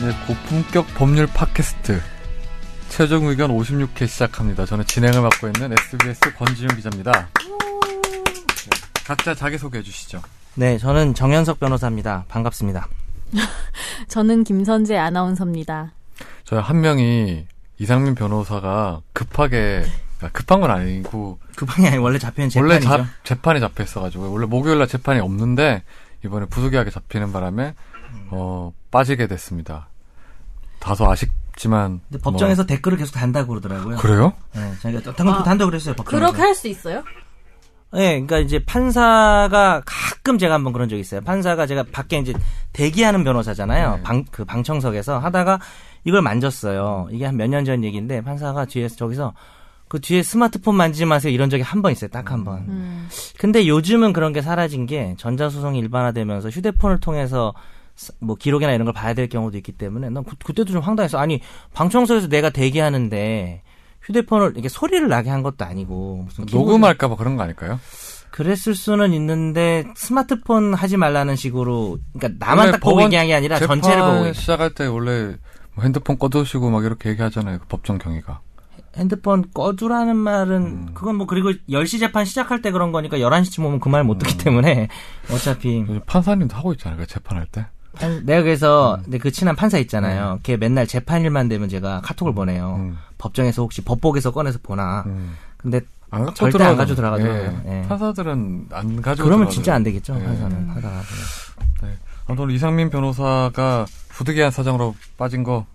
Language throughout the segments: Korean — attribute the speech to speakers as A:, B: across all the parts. A: 네, 고품격 법률 팟캐스트 최종 의견 56회 시작합니다. 저는 진행을 맡고 있는 SBS 권지윤 기자입니다. 네, 각자 자기소개해 주시죠.
B: 네, 저는 정현석 변호사입니다. 반갑습니다.
C: 저는 김선재 아나운서입니다.
A: 저희 한 명이 이상민 변호사가 급하게 아, 급한 건 아니고
B: 급한 게 아니라 그 원래 잡히는
A: 원래
B: 재판이죠.
A: 잡- 재판이 잡혀 있어가지고 원래 목요일날 재판이 없는데 이번에 부득이하게 잡히는 바람에 어, 빠지게 됐습니다. 다소 아쉽지만
B: 근데
A: 뭐-
B: 법정에서 댓글을 계속 단다고 그러더라고요.
A: 그래요?
B: 네, 저희가 단도 단다고 그랬어요. 법정에서.
C: 아, 그렇게 할 수 있어요?
B: 네, 그러니까 이제 판사가 가끔 제가 한번 그런 적이 있어요. 판사가 제가 밖에 이제 대기하는 변호사잖아요.
A: 네.
B: 방 그 방청석에서 하다가 이걸 만졌어요. 이게 한 몇 년 전 얘기인데 판사가 뒤에서 저기서 그 뒤에 스마트폰 만지지 마세요 이런 적이 한 번 있어요. 딱 한 번.
C: 음.
B: 근데 요즘은 그런 게 사라진 게 전자소송이 일반화되면서 휴대폰을 통해서 사- 뭐 기록이나 이런 걸 봐야 될 경우도 있기 때문에 난 그, 때도좀 황당했어. 아니 방청소에서 내가 대기하는데 휴대폰을 이렇게 소리를 나게 한 것도 아니고 무슨 키보드-
A: 녹음할까봐 그런 거 아닐까요?
B: 그랬을 수는 있는데 스마트폰 하지 말라는 식으로 그러니까 나만
A: 원래
B: 딱 보고
A: 법원
B: 얘기한 게 아니라
A: 재판
B: 전체를 보고 얘기-
A: 시작할 때 원래 뭐 핸드폰 꺼두시고 막 이렇게 얘기하잖아요. 그 법정 경위가.
B: 핸드폰 꺼두라는
A: 음.
B: 말은 그건 뭐 그리고 10시 재판 시작할 때 그런 거니까 11시쯤 오면 그 말 못
A: 음.
B: 듣기 때문에 어차피
A: 요즘 판사님도 하고 있잖아요. 그 재판할 때.
B: 판- 내가
A: 음.
B: 그래서 근데 그 친한 판사 있잖아요. 걔 맨날 재판일만 되면 제가 카톡을 보내요.
A: 음.
B: 법정에서 혹시 법복에서 꺼내서 보나.
A: 음.
B: 근데
A: 안 갖고
B: 절대
A: 들어가잖아요.
B: 안 가지고 들어가더라고요.
A: 예.
B: 예.
A: 판사들은 안 가지고
B: 그러면
A: 들어가더라고요.
B: 진짜 안 되겠죠.
A: 예.
B: 판사는 하다가
A: 네. 아무튼 오늘 이상민 변호사가 부득이한 사정으로 빠진 거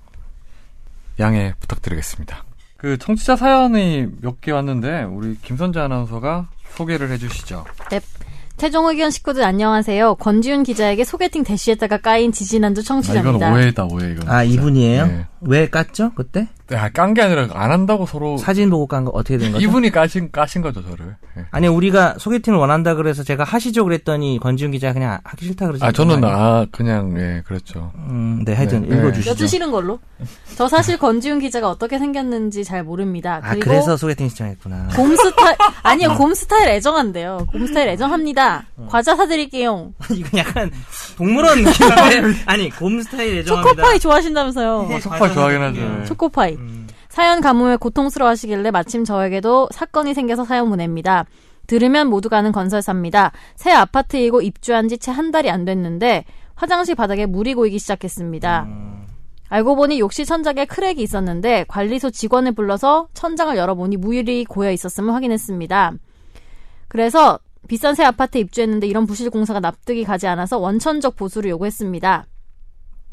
A: 양해 부탁드리겠습니다. 그 청취자 사연이 몇 개 왔는데 우리 김선재 아나운서가 소개를 해주시죠.
C: 최종 의견 식구들 안녕하세요. 권지윤 기자에게 소개팅 대시에다가 까인 지지난주
A: 아, 이건
C: 청취자입니다.
A: 오해다 오해 이건.
B: 아 이분이에요?
A: 예.
B: 왜 깠죠? 그때
A: 깐 게 아니라 안 한다고 서로
B: 사진 보고 깐 거 어떻게 된 거죠?
A: 어. 이분이 까신 까신 거죠 저를. 예.
B: 아니 우리가 소개팅을 원한다 그래서 제가 하시죠 그랬더니 권지훈 기자 가 그냥 하기 싫다 그러지.
A: 아 저는
B: 않나요?
A: 아 그냥 예 그랬죠.
B: 음, 네 하여튼
A: 네,
B: 읽어주시죠.
C: 여주 싫은 걸로. 저 사실 권지윤 기자가 어떻게 생겼는지 잘
A: 네.
C: 모릅니다.
B: 아
C: 그리고
B: 그래서 소개팅 신청했구나.
C: 곰 스타일 아니요 곰 스타일 애정한대요. 곰 스타일 애정합니다. 과자 사드릴게요.
B: 이거 약간 동물원 느낌인데 아니 곰 스타일 예정합니다.
C: 초코파이 좋아하신다면서요.
B: 네.
A: 속파 좋아하긴
B: 음.
A: 하죠.
C: 초코파이. 사연 가뭄에 고통스러워하시길래 마침 저에게도 사건이 생겨서 사연 보냅니다. 들으면 모두가 아는 건설사입니다. 새 아파트이고 입주한 지 채 한 달이 안 됐는데 화장실 바닥에 물이 고이기 시작했습니다. 알고 보니 욕실 천장에 크랙이 있었는데 관리소 직원을 불러서 천장을 열어보니 물이 고여 있었음을 확인했습니다. 그래서 비싼 새 아파트 에 입주했는데 이런 부실 공사가 납득이 가지 않아서 원천적 보수를 요구했습니다.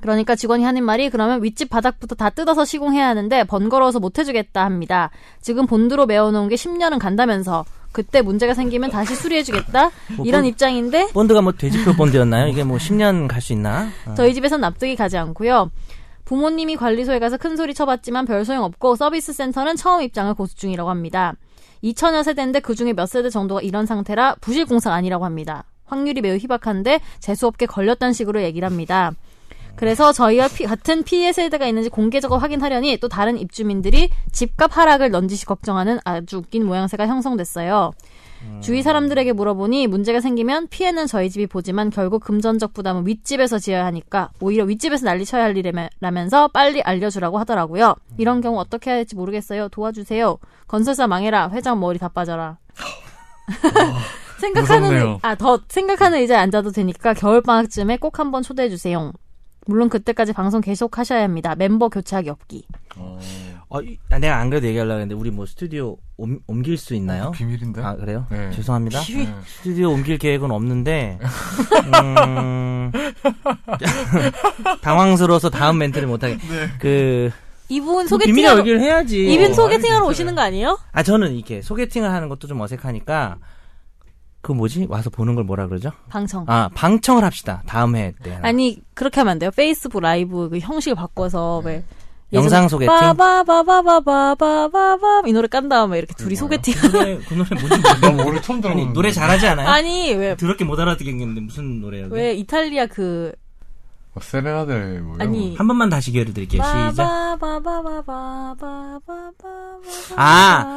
C: 그러니까 직원이 하는 말이 그러면 윗집 바닥부터 다 뜯어서 시공해야 하는데 번거로워서 못 해주겠다 합니다. 지금 본드로 메워놓은 게 10년은 간다면서 그때 문제가 생기면 다시 수리해주겠다 이런 입장인데
B: 본드가 뭐 돼지표 본드였나요? 이게 뭐 10년 갈 수 있나? 어.
C: 저희 집에선 납득이 가지 않고요. 부모님이 관리소에 가서 큰 소리 쳐봤지만 별 소용 없고 서비스 센터는 처음 입장을 고수 중이라고 합니다. 2천여 세대인데 그 중에 몇 세대 정도가 이런 상태라 부실 공사가 아니라고 합니다. 확률이 매우 희박한데 재수없게 걸렸다는 식으로 얘기를 합니다. 그래서 저희와 피- 같은 피해 세대가 있는지 공개적으로 확인하려니 또 다른 입주민들이 집값 하락을 넌지시 걱정하는 아주 웃긴 모양새가 형성됐어요. 주위 사람들에게 물어보니 문제가 생기면 피해는 저희 집이 보지만 결국 금전적 부담은 윗집에서 지어야 하니까 오히려 윗집에서 난리 쳐야 할 일이라면서 빨리 알려주라고 하더라고요. 이런 경우 어떻게 해야 할지 모르겠어요. 도와주세요. 건설사 망해라. 회장 머리 다 빠져라. 생각하는
A: 무섭네요.
C: 아 더 생각하는 의자에 앉아도 되니까 겨울 방학쯤에 꼭 한번 초대해 주세요. 물론 그때까지 방송 계속 하셔야 합니다. 멤버 교체하기 없기.
B: 어, 이- 아, 내가 안 그래도 얘기하려고 했는데 우리 뭐 스튜디오 옴, 옮길 수 있나요?
A: 비밀인데.
B: 아 그래요?
A: 네.
B: 죄송합니다.
A: 예.
B: 스튜디오 옮길 계획은 없는데 음, 당황스러워서 다음 멘트를 못하게 그
C: 이분
B: 비밀
C: 소개팅하러
B: 얘기를 해야지
C: 이분
B: 어.
C: 소개팅하러 오시는 거 아니에요?
B: 아 저는 이렇게 소개팅을 하는 것도 좀 어색하니까 그 뭐지 와서 보는 걸 뭐라 그러죠
C: 방청.
B: 아 방청을 합시다 다음 회때
C: 아니 그렇게 하면 안 돼요. 페이스북 라이브 그 형식을 바꿔서 왜
B: 영상 소개팅?
C: 바바바바바바바바바 이 노래 깐 다음에 이렇게 둘이 소개팅.
B: 그 노래 그 노래 뭔지 모르겠어
A: 나 오늘 처음
B: 아니,
A: 들어보는.
B: 노래 잘하지 않아요
C: 아니 왜 왜
B: 더럽게 못 알아듣겠는데 무슨 노래예요 그게?
C: 이탈리아 그
A: 뭐 세레나델 뭐 이런
C: 아니.
B: 한 번만 다시 기회를 드릴게요. 시작. 아.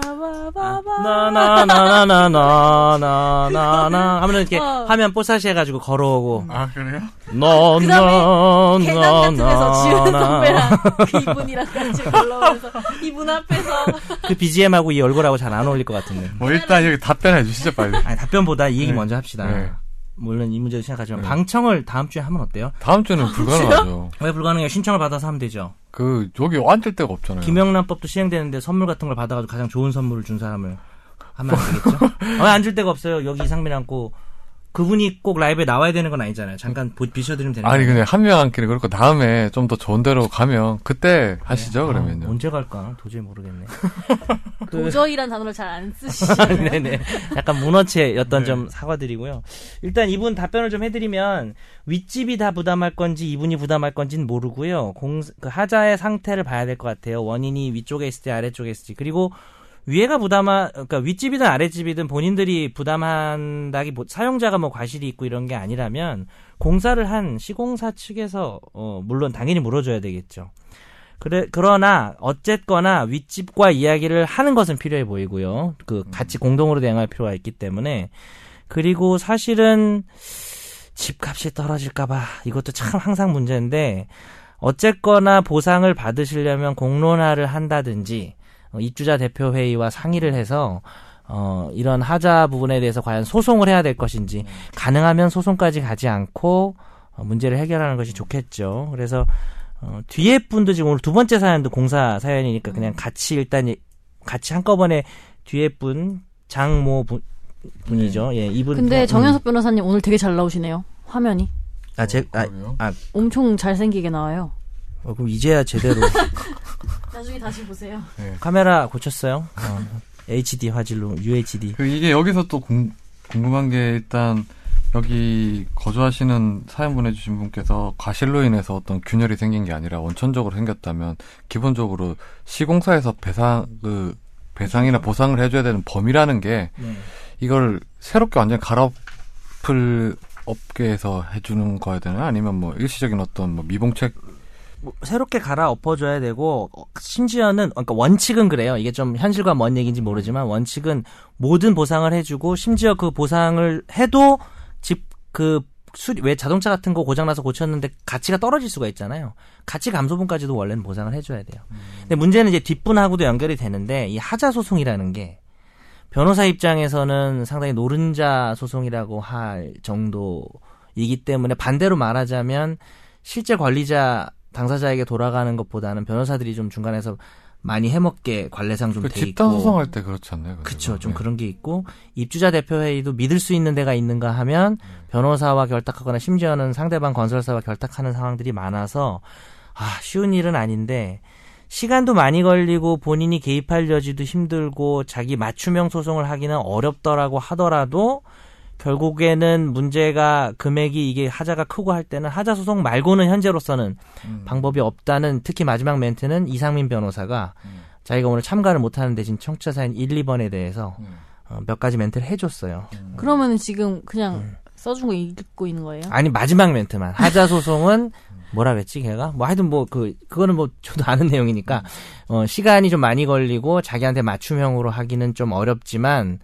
B: 나나나나나나나나 하면 이렇게
C: 어. 음.
B: 화면 뽀사시 해가지고 걸어오고
A: 거. 아 그래요?
C: 그다음에 계단 같은 데서 지은
B: 나나나나나
C: 선배랑 그 이분이랑 같이 올라오면서 이분 앞에서
B: 그 BGM하고 이 얼굴하고 잘 안 어울릴 것 같은데
A: 뭐 일단 여기 답변해 주시죠 빨리.
B: 아니 답변보다 이 얘기
A: 네.
B: 먼저 합시다
A: 네.
B: 물론 이 문제도 생각하지만
A: 네.
B: 방청을 다음 주에 하면 어때요?
A: 다음 주는 불가능하죠.
B: 왜 불가능해요? 신청을 받아서 하면 되죠
A: 그 여기 앉을 데가 없잖아요.
B: 김영란법도 시행되는데 선물 같은 걸 받아가지고 가장 좋은 선물을 준 사람을 하면 안 되겠죠? 아, 앉을 데가 없어요 여기 이상민 앉고 그분이 꼭 라이브에 나와야 되는 건 아니잖아요 잠깐 보- 비춰드리면 되는
A: 아니
B: 거예요.
A: 근데 한 명 앉기는 그렇고 다음에 좀 더 좋은 데로 가면 그때 하시죠
B: 아,
A: 그러면요.
B: 언제 갈까? 도저히 모르겠네. 그-
C: 도저히란 단어를 잘 안 쓰시.
B: 네네. 약간 문어체였던
A: 네.
B: 점 사과드리고요. 일단 이분 답변을 좀 해드리면 윗집이 다 부담할 건지 이분이 부담할 건지는 모르고요. 공, 그 하자의 상태를 봐야 될 것 같아요. 원인이 위쪽에 있을지 아래쪽에 있을지 그리고 위에가 부담하, 그러니까 윗집이든 아랫집이든 본인들이 부담한다기, 보- 사용자가 뭐 과실이 있고 이런 게 아니라면 공사를 한 시공사 측에서, 어, 물론 당연히 물어줘야 되겠죠. 그래, 그러나, 어쨌거나 윗집과 이야기를 하는 것은 필요해 보이고요. 그, 같이 공동으로 대응할 필요가 있기 때문에. 그리고 사실은 집값이 떨어질까봐 이것도 참 항상 문제인데, 어쨌거나 보상을 받으시려면 공론화를 한다든지, 어, 입주자 대표회의와 상의를 해서, 어, 이런 하자 부분에 대해서 과연 소송을 해야 될 것인지, 가능하면 소송까지 가지 않고, 어, 문제를 해결하는 것이 좋겠죠. 그래서 어, 뒤에 분도 지금 오늘 두 번째 사연도 공사 사연이니까
C: 음.
B: 그냥 같이 일단 이- 같이 한꺼번에 뒤에 분 장모 분, 분이죠. 예, 이분.
C: 근데 정현석 변호사님 오늘 되게 잘 나오시네요. 화면이
B: 아제아
A: 그러게요.
C: 엄청 잘생기게 나와요.
B: 어, 그럼 이제야 제대로
C: 나중에 다시 보세요.
B: 카메라 고쳤어요. 어, HD 화질로 UHD.
A: 그 이게 여기서 또 궁, 금한게 일단 여기 거주하시는 사연 보내주신 분께서 과실로 인해서 어떤 균열이 생긴 게 아니라 원천적으로 생겼다면 기본적으로 시공사에서 배상 그 배상이나 보상을 해줘야 되는 범위라는 게
B: 네.
A: 이걸 새롭게 완전 히 갈아엎을 업계에서 해주는 거야 되나 아니면 뭐 일시적인 어떤 뭐 미봉책
B: 뭐, 새롭게 갈아 엎어줘야 되고 어, 심지어는 그러니까 원칙은 그래요. 이게 좀 현실과 먼 얘기인지 모르지만 원칙은 모든 보상을 해주고 심지어 그 보상을 해도 집 그 수리 왜 자동차 같은 거 고장 나서 고쳤는데 가치가 떨어질 수가 있잖아요. 가치 감소분까지도 원래는 보상을 해줘야 돼요.
A: 음.
B: 근데 문제는 이제 뒷분하고도 연결이 되는데 이 하자 소송이라는 게 변호사 입장에서는 상당히 노른자 소송이라고 할 정도이기 때문에 반대로 말하자면 실제 관리자 당사자에게 돌아가는 것보다는 변호사들이 좀 중간에서 많이 해먹게 관례상 좀
A: 그
B: 돼 있고
A: 집단 소송할 때 그렇지 않나요? 그래서?
B: 그쵸. 좀
A: 네.
B: 그런 게 있고, 입주자 대표회의도 믿을 수 있는 데가 있는가 하면,
A: 음.
B: 변호사와 결탁하거나 심지어는 상대방 건설사와 결탁하는 상황들이 많아서, 아, 쉬운 일은 아닌데, 시간도 많이 걸리고 본인이 개입할 여지도 힘들고 자기 맞춤형 소송을 하기는 어렵더라고 하더라도 결국에는 문제가 금액이 이게 하자가 크고 할 때는 하자 소송 말고는 현재로서는
A: 음.
B: 그 방법이 없다는 특히 마지막 멘트는 이상민 변호사가 자기가 오늘 참가를 못하는 대신 청취자 사연 1, 2번에 대해서
A: 음.
B: 어, 몇 가지 멘트를 해줬어요.
C: 그러면은 지금 그냥 써준 거 읽고 있는 거예요?
B: 아니 마지막 멘트만 하자 소송은 뭐라 그랬지 걔가 뭐 하여튼 뭐 그 그거는 뭐 저도 아는 내용이니까 어 시간이 좀 많이 걸리고 자기한테 맞춤형으로 하기는 좀 어렵지만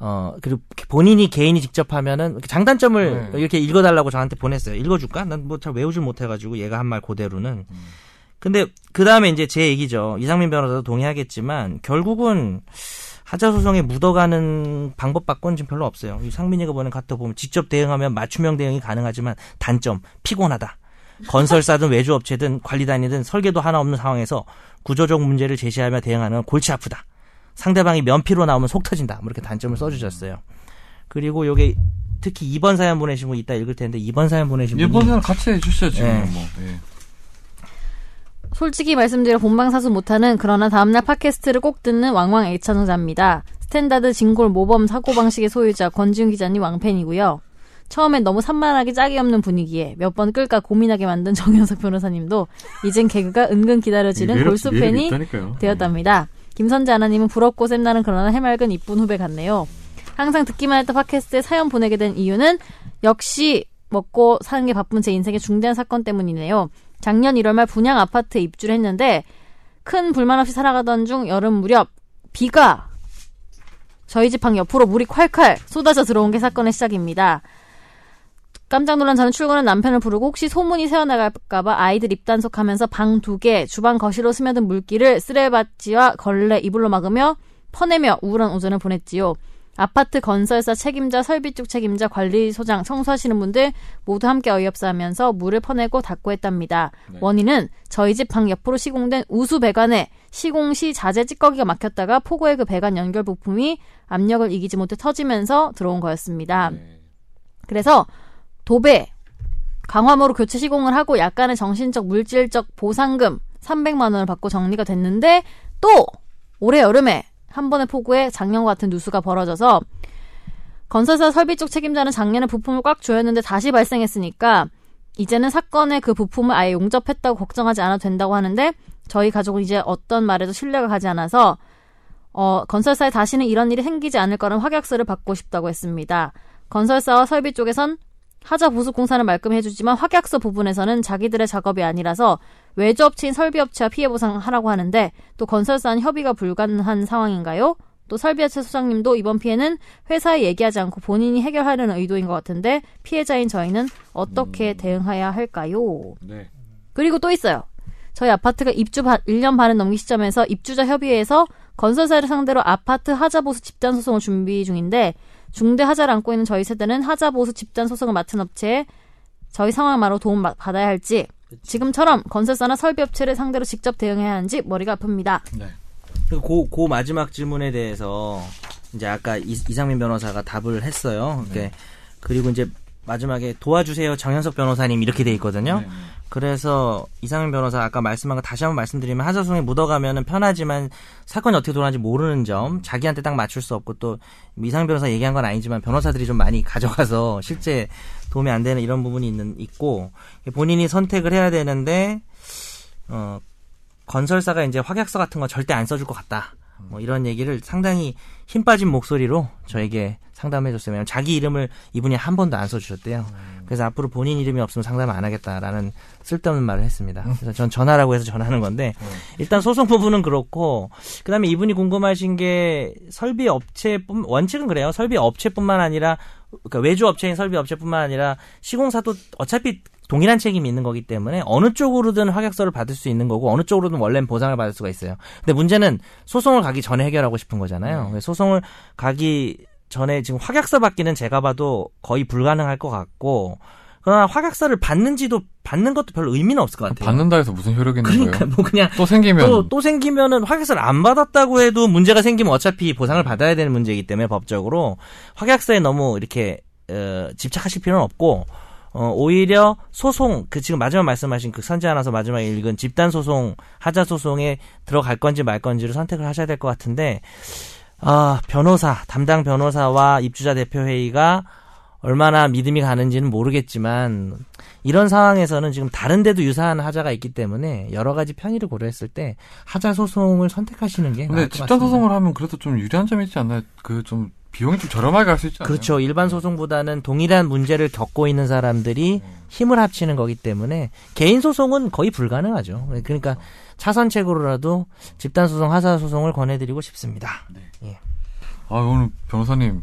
B: 어 그리고 본인이 개인이 직접 하면은 장단점을
A: 네.
B: 이렇게 읽어달라고 저한테 보냈어요 읽어줄까 난 뭐 잘 외우질 못해가지고 얘가 한 말 그대로는 근데 그 다음에 이제 제 얘기죠 이상민 변호사도 동의하겠지만 결국은 하자 소송에 묻어가는 방법 밖에는 지금 별로 없어요. 이 상민이가 보낸 카톡 보면 직접 대응하면 맞춤형 대응이 가능하지만 단점 피곤하다. 건설사든 외주업체든 관리단이든 설계도 하나 없는 상황에서 구조적 문제를 제시하며 대응하는 건 골치 아프다. 상대방이 면피로 나오면 속 터진다. 뭐 이렇게 단점을 써주셨어요. 그리고 요게 특히 2번 사연 보내신 분 이따 읽을 텐데 2번 사연 보내신 분이
A: 이번에는 같이 해주시죠 지금
B: 네.
A: 뭐. 예.
C: 솔직히 말씀드려 본방사수 못하는 그러나 다음날 팟캐스트를 꼭 듣는 왕왕 애청자입니다. 스탠다드 진골 모범 사고방식의 소유자 권지훈 기자님 왕팬이고요. 처음엔 너무 산만하게 짝이 없는 분위기에 몇 번 끌까 고민하게 만든 정현석 변호사님도 이젠 개그가 은근 기다려지는 골수팬이 되었답니다. 김선재 아나님은 부럽고 샘나는 그러나 해맑은 이쁜 후배 같네요. 항상 듣기만 했던 팟캐스트에 사연 보내게 된 이유는 역시 먹고 사는 게 바쁜 제 인생의 중대한 사건 때문이네요. 작년 1월 말 분양 아파트에 입주를 했는데 큰 불만 없이 살아가던 중 여름 무렵 비가 저희 집 방 옆으로 물이 콸콸 쏟아져 들어온 게 사건의 시작입니다. 깜짝 놀란 저는 출근한 남편을 부르고 혹시 소문이 새어나갈까봐 아이들 입단속하면서 방 두 개, 주방 거실로 스며든 물기를 쓰레받지와 걸레 이불로 막으며 퍼내며 우울한 오전을 보냈지요. 아파트 건설사 책임자, 설비 쪽 책임자, 관리소장, 청소하시는 분들 모두 함께 어이없어하면서 물을 퍼내고 닦고 했답니다.
A: 네.
C: 원인은 저희 집 방 옆으로 시공된 우수 배관에 시공 시 자재 찌꺼기가 막혔다가 폭우에 그 배관 연결 부품이 압력을 이기지 못해 터지면서 들어온 거였습니다.
A: 네.
C: 그래서 도배, 강화모로 교체 시공을 하고 약간의 정신적 물질적 보상금 300만 원을 받고 정리가 됐는데 또 올해 여름에 한 번의 폭우에 작년과 같은 누수가 벌어져서 건설사 설비 쪽 책임자는 작년에 부품을 꽉 조였는데 다시 발생했으니까 이제는 사건의 그 부품을 아예 용접했다고 걱정하지 않아도 된다고 하는데 저희 가족은 이제 어떤 말에도 신뢰가 가지 않아서 어, 건설사에 다시는 이런 일이 생기지 않을 거란 확약서를 받고 싶다고 했습니다. 건설사와 설비 쪽에선 하자 보수 공사는 말끔히 해주지만 확약서 부분에서는 자기들의 작업이 아니라서 외주 업체인 설비 업체와 피해 보상하라고 하는데 또 건설사는 협의가 불가능한 상황인가요? 또 설비업체 소장님도 이번 피해는 회사에 얘기하지 않고 본인이 해결하려는 의도인 것 같은데 피해자인 저희는 어떻게 대응해야 할까요?
A: 네.
C: 그리고 또 있어요. 저희 아파트가 입주 반, 1년 반을 넘긴 시점에서 입주자 협의회에서 건설사를 상대로 아파트 하자보수 집단 소송을 준비 중인데 중대 하자를 안고 있는 저희 세대는 하자보수 집단 소송을 맡은 업체에 저희 상황마로 도움 받- 받아야 할지 지금처럼 건설사나 설비업체를 상대로 직접 대응해야 하는지 머리가 아픕니다.
B: 뭐
A: 네.
B: 그리고 그, 그 마지막 질문에 대해서 이제 아까 이, 상민 변호사가 답을 했어요. 이렇게 그리고 이제 마지막에 도와주세요 정현석 변호사님 이렇게 돼 있거든요.
A: 네.
B: 그래서 이상민 변호사 아까 말씀한 거 다시 한번 말씀드리면 하자송에 묻어가면은 편하지만 사건이 어떻게 돌아가는지 모르는 점 자기한테 딱 맞출 수 없고 또 이상민 변호사 얘기한 건 아니지만 변호사들이 좀 많이 가져가서 실제 도움이 안 되는 이런 부분이 있는 있고 본인이 선택을 해야 되는데 어 건설사가 이제 확약서 같은 거 절대 안 써줄 것 같다. 뭐 이런 얘기를 상당히 힘 빠진 목소리로 저에게 상담해 줬으면 자기 이름을 이분이 한 번도 안 써주셨대요. 그래서 앞으로 본인 이름이 없으면 상담 안 하겠다라는 쓸데없는 말을 했습니다. 그래서 전 전화라고 해서 전화하는 건데 일단 소송 부분은 그렇고 그다음에 이분이 궁금하신 게 설비 업체뿐 원칙은 그래요. 설비 업체뿐만 아니라 그러니까 외주 업체인 설비 업체뿐만 아니라 시공사도 어차피 동일한 책임이 있는 거기 때문에 어느 쪽으로든 확약서를 받을 수 있는 거고 어느 쪽으로든 원래는 보상을 받을 수가 있어요. 근데 문제는 소송을 가기 전에 해결하고 싶은 거잖아요.
A: 네.
B: 그래서 소송을 가기 전에 지금 확약서 받기는 제가 봐도 거의 불가능할 것 같고 그러나 확약서를 받는지도 받는 것도 별로 의미는 없을 것 같아요.
A: 받는다 해서 무슨 효력이 있는
B: 그러니까
A: 거예요?
B: 뭐 그냥
A: 또 생기면
B: 또, 또 생기면은 확약서를 안 받았다고 해도 문제가 생기면 어차피 보상을 받아야 되는 문제이기 때문에 법적으로 확약서에 너무 이렇게 어, 집착하실 필요는 없고 어, 오히려 소송 그 지금 마지막 말씀하신 그 선지 하나서 마지막에 읽은 집단 소송 하자 소송에 들어갈 건지 말 건지를 선택을 하셔야 될 것 같은데 아 변호사 담당 변호사와 입주자 대표 회의가 얼마나 믿음이 가는지는 모르겠지만 이런 상황에서는 지금 다른 데도 유사한 하자가 있기 때문에 여러 가지 편의를 고려했을 때 하자 소송을 선택하시는 게
A: 근데
B: 나을 것
A: 집단
B: 같습니다.
A: 소송을 하면 그래도 좀 유리한 점이 있지 않나요? 그 좀 비용이 좀 저렴하게 할 수 있지 않나요? 네.
B: 그렇죠. 일반 소송보다는 동일한 문제를 겪고 있는 사람들이 힘을 합치는 거기 때문에 개인 소송은 거의 불가능하죠. 그러니까 차선책으로라도 집단 소송, 하자 소송을 권해드리고 싶습니다.
A: 아 오늘 변호사님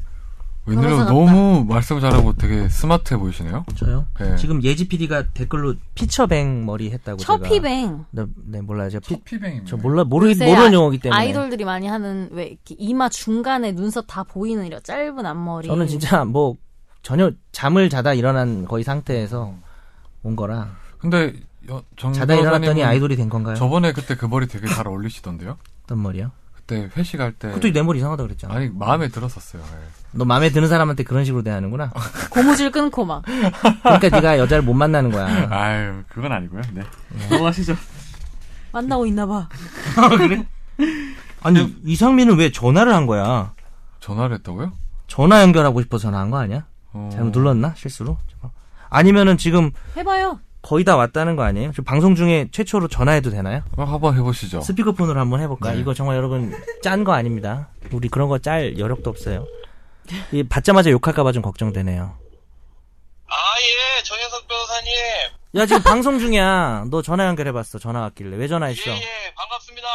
A: 웬일로
C: 변호사 같다.
A: 너무 말씀 잘하고 되게 스마트해 보이시네요.
B: 저요.
A: 네.
B: 지금 예지 PD가 댓글로 피처뱅 머리 했다고 제가.
C: 처피뱅
B: 네, 네 몰라요. 제가 피,
A: 피뱅입니다.
B: 저 몰라 모르
C: 요새
B: 모르는
C: 아-
B: 용어기 때문에.
C: 아이돌들이 많이 하는 왜 이렇게 이마 중간에 눈썹 다 보이는 이런 짧은 앞머리.
B: 저는 진짜 뭐 전혀 잠을 자다 일어난 거의 상태에서 온 거라
A: 근데 여- 정
B: 자다 일어났더니
A: 변호사님은
B: 아이돌이 된 건가요?
A: 저번에 그때 그 머리 되게 잘 어울리시던데요?
B: 어떤 머리요?
A: 그때 회식할 때
B: 그것도 내 머리 이상하다 그랬잖아.
A: 네. 아니 마음에 들었었어요. 예.
B: 너 마음에 드는 사람한테 그런 식으로 대하는구나.
C: 고무줄 끊고 막.
B: 그러니까 네가 여자를 못 만나는 거야.
A: 아유 그건 아니고요. 네.
D: 넘어가시죠.
C: 만나고 있나 봐.
B: 어, 아니 이상민은 왜 전화를 한 거야?
A: 전화를 했다고요?
B: 전화 연결하고 싶어 서 전화한 거 아니야?
A: 어,
B: 잘못 눌렀나 실수로? 아니면은 지금
C: 해봐요.
B: 거의 다 왔다는 거 아니에요? 지금 방송 중에 최초로 전화해도 되나요?
A: 한번 해보시죠.
B: 스피커폰으로 한번 해볼까?
A: 어. 네.
B: 이거 정말 여러분 짠 거 아닙니다. 우리 그런 거 짤 여력도 없어요. 이 받자마자 욕할까봐 좀 걱정되네요.
D: 아, 예, 정현석 변호사님.
B: 야 지금 방송 중이야. 너 전화 연결해봤어. 전화 왔길래 왜 전화했어?
D: 예, 예, 반갑습니다.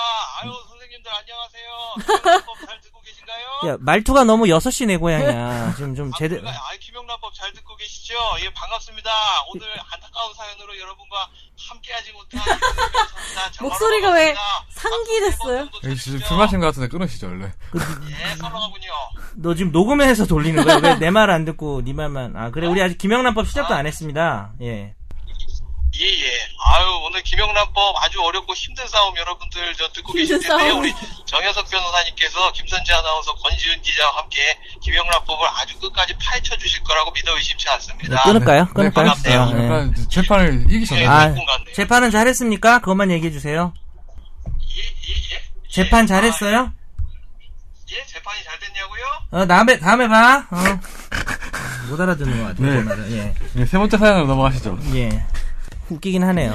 D: 아유, 선생님들 안녕하세요. 김영란법 잘 듣고 계신가요?
B: 야 말투가 너무 6시 내 고향이야. 지금 좀 제대.
D: 아, 아, 김영란법 잘 듣고 계시죠? 예, 반갑습니다. 오늘 안타까운 사연으로 여러분과 함께하지 못한 김영란 변호사입니다. 정말로
C: 목소리가 왜
D: 반갑습니다.
C: 상기됐어요?
A: 여기
D: 한번 해보고
A: 예, 지금
D: 들으시죠.
A: 술 마신 것 같은데 끊으시죠, 원래.
D: 예, 서러하군요.
B: 너 지금 녹음해서 돌리는 거야? 왜 내 말 안 듣고 네 말만? 아 그래 우리 아직 김영란법 시작도 안 했습니다. 예.
D: 예, 예. 아유, 오늘 김영란법 아주 어렵고 힘든 싸움 여러분들 저 듣고
C: 힘든
D: 계실 텐데
C: 싸움.
D: 우리 정현석 변호사님께서 김선재 아나운서 권지윤 기자와 함께 김영란법을 아주 끝까지 파헤쳐 주실 거라고 믿어 의심치 않습니다.
B: 끊을까요?
A: 네,
B: 끊을까요?
D: 반갑네요.
B: 아, 네.
A: 약간 이제 재판을
D: 예,
A: 이기셨네요.
B: 아.
D: 그런 것 같네요.
B: 재판은 잘했습니까? 그것만 얘기해 주세요.
D: 예, 예, 예.
B: 재판
D: 예. 아,
B: 잘했어요?
D: 예, 재판이 잘 됐냐고요?
B: 어 다음에 다음에 봐. 어. 못 알아듣는 것 같아요.
A: 네.
B: 그 말은. 예.
A: 네, 세 번째 사연으로 넘어가시죠.
B: 예. 웃기긴 하네요.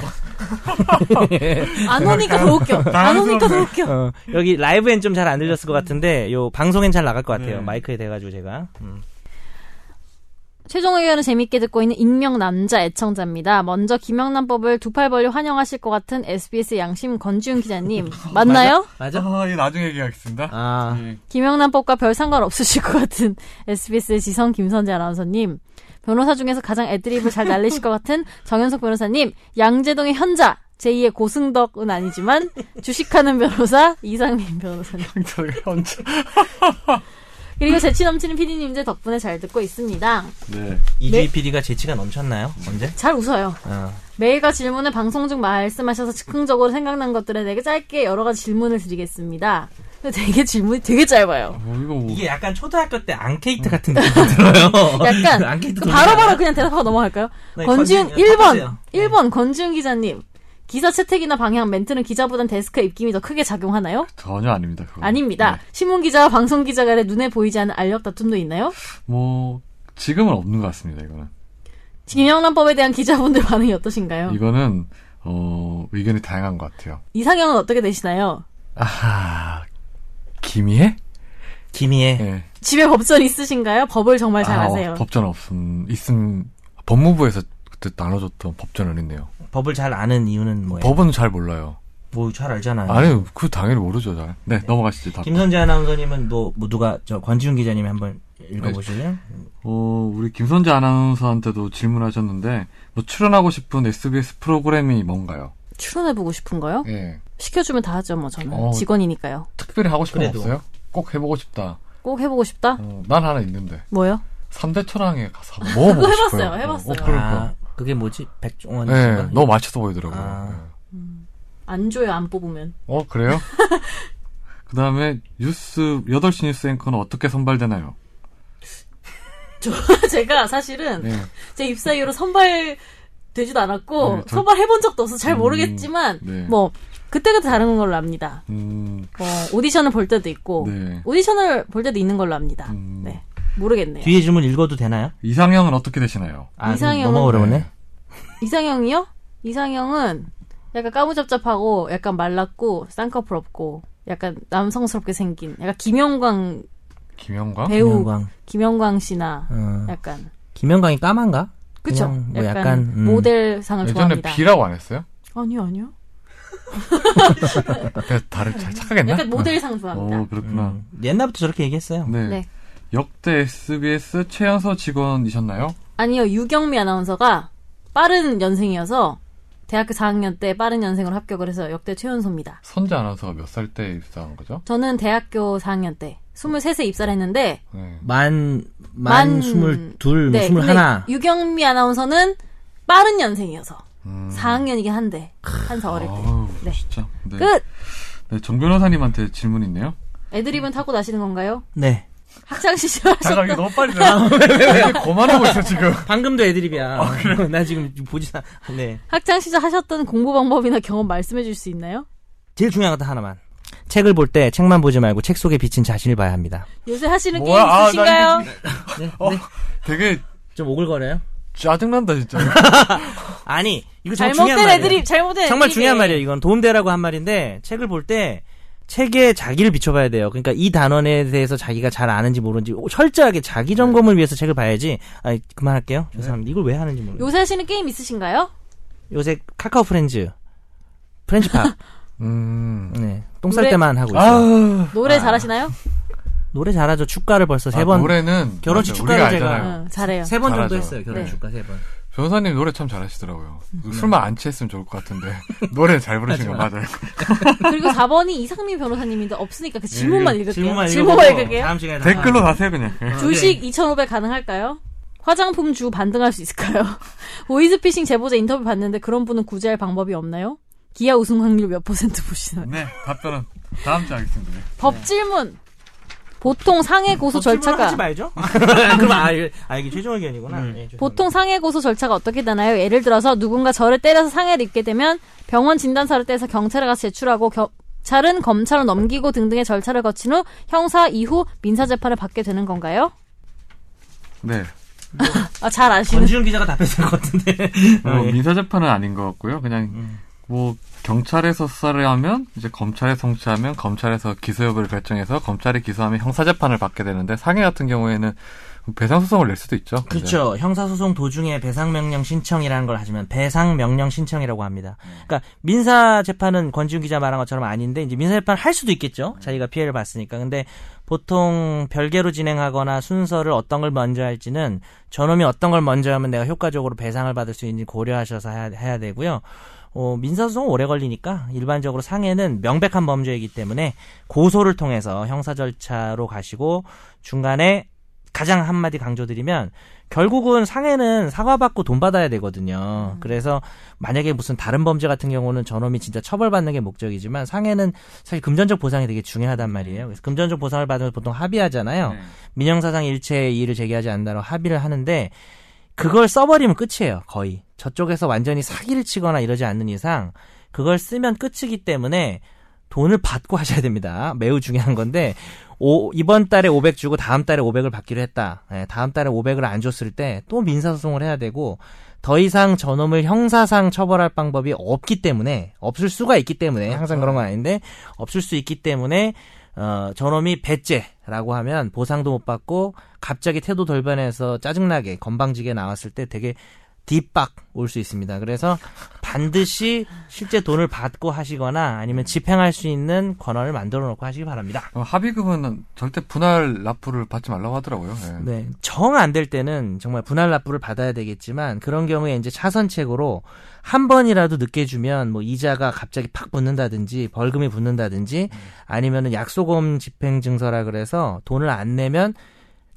C: 안 오니까 더 웃겨. 안 오니까 더 웃겨.
B: 어, 여기 라이브엔 좀 잘 안 들렸을 것 같은데 요 방송엔 잘 나갈 것 같아요.
A: 네.
B: 마이크에 대가지고 제가. 음.
C: 최종 의견을 재밌게 듣고 있는 익명 남자 애청자입니다. 먼저 김영란법을 두 팔 벌려 환영하실 것 같은 SBS 양심 권지훈 기자님 맞나요?
B: 맞아?
A: 아, 예, 나중에 얘기하겠습니다.
B: 아
A: 예.
C: 김영란법과 별 상관 없으실 것 같은 SBS의 지성 김선재 아나운서님, 변호사 중에서 가장 애드립을 잘 날리실 것 같은 정현석 변호사님, 양재동의 현자, 제2의 고승덕은 아니지만 주식하는 변호사 이상민 변호사님.
A: 저희가 혼자.
C: 그리고 재치 넘치는 피디님들 덕분에 잘 듣고 있습니다.
A: 네.
B: 이주희
C: 네.
B: PD가 재치가 넘쳤나요? 언제?
C: 잘 웃어요.
B: 어.
C: 메일과 질문을 방송 중 말씀하셔서 즉흥적으로 생각난 것들에 대해 짧게 여러 가지 질문을 드리겠습니다. 근데 되게 질문이 되게 짧아요.
A: 뭐, 이거 뭐.
B: 이게 약간 초등학교 때
A: 음.
B: 앙케이트 같은 느낌이 들어요.
C: 약간
B: 앙케이트
C: 바로바로 그냥 대답하고 넘어갈까요?
B: 네,
C: 권지훈
B: 권지훈,
C: 1번,
B: 바꿔주세요. 네.
C: 1번 권지훈 기자님. 기사 채택이나 방향 멘트는 기자보단 데스크 입김이 더 크게 작용하나요?
A: 전혀 아닙니다. 그거.
C: 아닙니다.
A: 네.
C: 신문 기자와 방송 기자 간의 눈에 보이지 않는 알력 다툼도 있나요?
A: 네. 뭐, 지금은 없는 것 같습니다, 이거는.
C: 김영란법에 대한 기자분들 반응이 어떠신가요?
A: 이거는, 어, 의견이 다양한 것 같아요.
C: 이상형은 어떻게 되시나요?
A: 아하, 김희애?
B: 김희애.
A: 예.
C: 집에 법전 있으신가요? 법을 네. 정말 잘
A: 아,
C: 아, 세요
A: 어, 법전 없음, 있음, 법무부에서 그때 나눠줬던 법전을 했네요.
B: 법을 잘 아는 이유는 뭐예요?
A: 법은 잘 몰라요.
B: 뭐 잘 알잖아요.
A: 아니, 그 당연히 모르죠, 잘. 네, 넘어가시죠, 답.
B: 김선재 아나운서님은 뭐, 뭐 누가 저 권지훈 기자님이 한번
A: 네.
B: 읽어보실래요?
A: 어, 우리 김선재 아나운서한테도 질문하셨는데, 뭐 출연하고 싶은 SBS 프로그램이 뭔가요?
C: 출연해보고 싶은 거요?
A: 예.
C: 시켜주면 다 하죠, 뭐 저는.
A: 어.
C: 직원이니까요.
A: 특별히 하고 싶은 거
B: 그래도.
A: 없어요? 꼭 해보고 싶다.
C: 꼭 해보고 싶다?
A: 어, 난 하나 있는데.
C: 뭐요?
A: 3대 천왕에 가서 한번 먹어보고
C: 그거 해봤어요,
A: 싶어요.
C: 해봤어요. 아,
A: 어, 그러니까.
B: 아, 그게 뭐지? 백종원
A: 예,
B: 씨가?
A: 너무 맛있어 보이더라고요.
B: 아.
C: 안 줘요, 안 뽑으면.
A: 예. 어, 그래요? 그 다음에, 뉴스, 8시 뉴스 앵커는 어떻게 선발되나요?
C: 저, 제가 사실은
A: 네.
C: 제 입사 이후로 선발 되지도 않았고
A: 네, 저-
C: 선발 해본 적도 없어서 잘
A: 음,
C: 모르겠지만
A: 네.
C: 뭐 그때그때 다른 걸로 압니다.
A: 음,
C: 뭐 오디션을 볼 때도 있고
A: 네.
C: 오디션을 볼 때도 있는 걸로 압니다.
A: 음.
C: 네 모르겠네요.
B: 뒤에 주문 읽어도 되나요?
A: 이상형은 어떻게 되시나요?
B: 아,
C: 이상형은-
B: 너무 어려우네.
A: 네.
C: 이상형이요? 이상형은 약간 까무잡잡하고 약간 말랐고 쌍꺼풀 없고 약간 남성스럽게 생긴 약간 김영광
A: 어? 김영광?
C: 배우 네. 김영광,
B: 김영광.
C: 씨나
B: 어.
C: 약간
B: 김영광이 까만가?
C: 그쵸?
B: 그냥 뭐
C: 약간,
B: 약간, 음.
C: 모델상을
A: 예전에
C: 좋아합니다.
A: B라고 안 했어요?
C: 아니요 아니요.
A: 내가 다를 잘 착각했나?
C: 약간 모델상 좋아합니다.
A: 어, 그렇구나.
B: 음. 옛날부터 저렇게 얘기했어요.
A: 네.
C: 네.
A: 역대 SBS 최연소 직원이셨나요?
C: 아니요, 유경미 아나운서가 빠른 연생이어서 대학교 4학년 때 빠른 연생으로 합격을 해서 역대 최연소입니다.
A: 선재 아나운서가 몇 살 때 입사한 거죠?
C: 저는 대학교 4학년 때 23세 입사를 했는데
A: 네.
B: 만, 만,
C: 만-
B: 스물 둘, 뭐
C: 네,
B: 스물
C: 근데
B: 하나.
C: 유경미 아나운서는 빠른 연생이어서
A: 음.
C: 4학년이긴 한데 한사 어릴 때.
A: 아우,
C: 네.
A: 진짜. 네.
C: 끝!
A: 네, 정 변호사님한테 질문 있네요.
C: 애드립은 타고 나시는 건가요?
B: 네.
C: 학창시절
A: 잠깐, 이게 너무 빨리 되나? 되게 거만하고 있어, 지금.
B: 방금도 애드립이야. 어, 나 지금 보지도 않... 네.
C: 학창시절 하셨던 공부 방법이나 경험 말씀해 주실 수 있나요?
B: 제일 중요한 것도 하나만. 책을 볼 때 책만 보지 말고 책 속에 비친 자신을 봐야 합니다.
C: 요새 하시는
A: 뭐야? 아, 나
C: 게임 있으신가요?
B: 네.
A: 어,
B: 네.
A: 되게
B: 좀 오글거려요?
A: 짜증난다, 진짜.
B: 아니, 이거 정말 중요한
C: 잘못된
B: 말이에요.
C: 애드립, 잘못된 네.
B: 정말
C: 애드립에
B: 중요한 말이에요. 이건 도움되라고 한 말인데 책을 볼 때 책에 자기를 비춰봐야 돼요. 그러니까 이 단원에 대해서 자기가 잘 아는지 모르는지 철저하게 자기 점검을 위해서 책을 봐야지. 아, 그만할게요.
A: 네.
B: 죄송합니다. 이걸 왜 하는지 모르겠어요.
C: 요새 하시는 게임 있으신가요?
B: 요새 카카오 프렌즈 프렌즈팝
A: 음.
B: 네. 똥 쌀
C: 노래-
B: 때만 하고 있어요.
A: 아,
C: 노래 잘하시나요?
B: 노래 잘하죠. 축가를 벌써
A: 아,
B: 세 번
A: 노래는
B: 결혼식
A: 맞아,
B: 축가를
A: 우리가
B: 제가-
A: 알잖아요.
C: 응, 잘해요.
B: 세 번 정도
A: 잘하죠.
B: 했어요. 결혼
C: 네.
B: 축가 세 번.
A: 변호사님 노래 참 잘하시더라고요. 술만 안 취했으면 좋을 것 같은데 노래 잘 부르시는 거 음. 맞아요.
C: 그리고 4번이 이상민 변호사님인데 없으니까 그 질문만
A: 예,
C: 읽을게요.
B: 읽어보고
C: 읽을게요.
B: 다음 시간에 다시
A: 댓글로 다세요 그냥.
B: 어,
C: 주식 2,500 가능할까요? 화장품 주 반등할 수 있을까요? 보이스피싱 제보자 인터뷰 봤는데 그런 분은 구제할 방법이 없나요? 기아 우승 확률 몇 퍼센트 보시나요?
A: 네 답변은 다음 주에 하겠습니다. 네.
C: 법 질문. 보통 상해 고소
B: 어, 질문을
C: 절차가
B: 하지 말죠. 그럼 아, 이게- 아, 이게 최종
A: 음.
B: 의견이구나. 예, 죄송합니다.
C: 보통 상해 고소 절차가 어떻게 되나요? 예를 들어서 누군가 저를 때려서 상해를 입게 되면 병원 진단서를 떼서 경찰에 가서 제출하고 경찰은 검찰로 넘기고 등등의 절차를 거친 후 형사 이후 민사 재판을 받게 되는 건가요?
A: 네.
C: 아, 잘 아시는.
B: 권지훈 기자가 답했을 것 같은데.
A: 뭐
B: 어, 예.
A: 민사 재판은 아닌 것 같고요. 그냥 뭐 경찰에서 수사를 하면 이제 검찰에 송치하면 검찰에서 기소 여부를 결정해서 검찰이 기소하면 형사 재판을 받게 되는데 상해 같은 경우에는 배상 소송을 낼 수도 있죠. 근데
B: 그렇죠. 형사 소송 도중에 배상 명령 신청이라는 걸 하시면 배상 명령 신청이라고 합니다. 그러니까 민사 재판은 권지훈 기자 말한 것처럼 아닌데 이제 민사 재판 할 수도 있겠죠. 자기가 피해를 봤으니까. 근데 보통 별개로 진행하거나 순서를 어떤 걸 먼저 할지는 저놈이 어떤 걸 먼저 하면 내가 효과적으로 배상을 받을 수 있는지 고려하셔서 해야, 해야 되고요. 어, 민사소송 오래 걸리니까 일반적으로 상해는 명백한 범죄이기 때문에 고소를 통해서 형사 절차로 가시고 중간에 가장 한마디 강조드리면 결국은 상해는 사과받고 돈 받아야 되거든요. 그래서 만약에 무슨 다른 범죄 같은 경우는 저놈이 진짜 처벌받는 게 목적이지만 상해는 사실 금전적 보상이 되게 중요하단 말이에요. 그래서 금전적 보상을 받으면 보통
A: 어, 네.
B: 합의하잖아요. 민형사상 일체의 이의를 제기하지 않는다로 합의를 하는데 그걸 써버리면 끝이에요. 거의 저쪽에서 완전히 사기를 치거나 이러지 않는 이상 그걸 쓰면 끝이기 때문에 돈을 받고 하셔야 됩니다. 매우 중요한 건데 오- 이번 달에 500 주고 다음 달에 500을 받기로 했다. 예, 다음 달에 500을 안 줬을 때 또 민사소송을 해야 되고 더 이상 저놈을 형사상 처벌할 방법이 없기 때문에 없을 수가 있기 때문에 항상 그런 건 아닌데 없을 수 있기 때문에 어, 저놈이 배째라고 하면 보상도 못 받고 갑자기 태도 돌변해서 짜증나게 건방지게 나왔을 때 되게 뒷박 올 수 있습니다. 그래서 반드시 실제 돈을 받고 하시거나 아니면 집행할 수 있는 권한을 만들어 놓고 하시기 바랍니다.
A: 어, 합의금은 절대 분할 납부를 받지 말라고 하더라고요. 예.
B: 네. 정 안 될 때는 정말 분할 납부를 받아야 되겠지만 그런 경우에 이제 차선책으로 한 번이라도 늦게 주면 뭐 이자가 갑자기 팍 붙는다든지 벌금이 붙는다든지 아니면은 약소금 집행 증서라 그래서 돈을 안 내면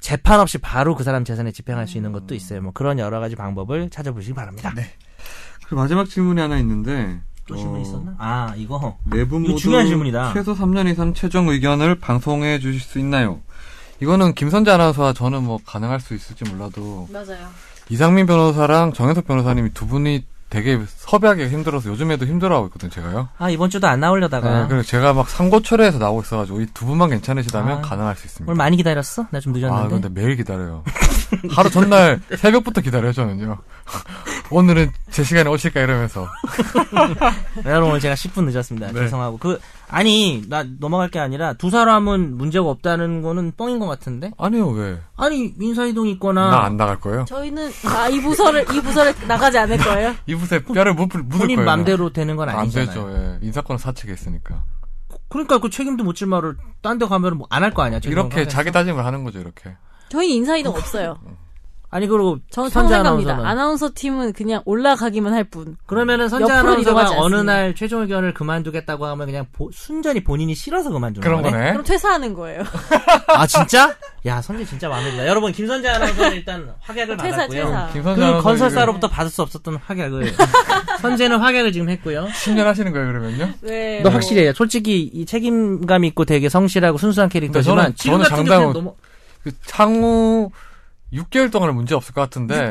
B: 재판 없이 바로 그 사람 재산에 집행할 수 있는 것도 있어요. 뭐 그런 여러 가지 방법을 찾아보시기 바랍니다.
A: 그리고 마지막 질문이 하나 있는데
B: 또 질문
A: 네. 어,
B: 있었나? 아 이거
A: 네분
B: 이거
A: 모두
B: 중요한 질문이다.
A: 최소 3년 이상 최종 의견을 방송해 주실 수 있나요? 이거는 김선재 아나운서와 저는 뭐 가능할 수 있을지 몰라도
C: 맞아요.
A: 이상민 변호사랑 정현석 변호사님이 두 분이 되게 섭외하기 가 힘들어서 요즘에도 힘들어하고 있거든요, 제가요.
B: 아 이번 주도 안 나오려다가
A: 네, 그래서 제가 막 상고 철회에서 나오고 있어가지고 이 두 분만 괜찮으시다면
B: 아.
A: 가능할 수 있습니다.
B: 오늘 많이 기다렸어? 나 좀 늦었는데.
A: 아, 근데 매일 기다려요. 하루 전날 새벽부터 기다려요, 저는요. 오늘은 제 시간에 오실까 이러면서.
B: 여러분 오늘 제가 10분 늦었습니다.
A: 네.
B: 죄송하고 그 아니 나 넘어갈 게 아니라 두 사람은 문제가 없다는 거는 뻥인 것 같은데.
A: 아니요, 왜?
B: 아니 민사이동 있거나
A: 나 안 나갈 거예요.
C: 저희는 아, 이 부서를 이 부서를 나가지 않을 거예요.
A: 이붓에 뼈를 묻, 묻을 거예요.
B: 본인 맘대로 되는 건
A: 안
B: 아니잖아요.
A: 되죠, 예. 인사권은 사측에 있으니까.
B: 그러니까 그 책임도 못 질 말을 딴 데 가면 뭐 안 할 거 아니야. 책임을
A: 이렇게
B: 가면서.
A: 자기 따짐을 하는 거죠, 이렇게.
C: 저희 인사이동 없어요.
B: 아니 그리고
C: 저는
B: 선재
C: 평생갑니다.
B: 아나운서는.
C: 아나운서 팀은 그냥 올라가기만 할 뿐.
B: 그러면은 선재
C: 옆으로
B: 아나운서가
C: 이동하지
B: 어느
C: 않습니다.
B: 날 최종 의견을 그만두겠다고 하면 그냥 보- 순전히 본인이 싫어서 그만두는
A: 그런
B: 거네.
A: 거네.
C: 그럼 퇴사하는 거예요.
B: 아 진짜? 야 선재 진짜 마음에 든다. 여러분 김선재 아나운서는 일단 확약을
C: 퇴사,
B: 받았고요.
C: 퇴사.
A: 김선재
B: 그
A: 아나운서
B: 건설사로부터 받을 수 없었던 확약을 선재는 확약을 지금 했고요.
A: 10년 하시는 거예요, 그러면요?
C: 네.
B: 너
C: 뭐.
B: 확실해요. 솔직히 이 책임감 있고 되게 성실하고 순수한 캐릭터지만
A: 저는-
B: 지금
A: 저는
B: 같은
A: 장담은-
B: 경우는 너무
A: 그 창우 6개월 동안은 문제 없을 것 같은데.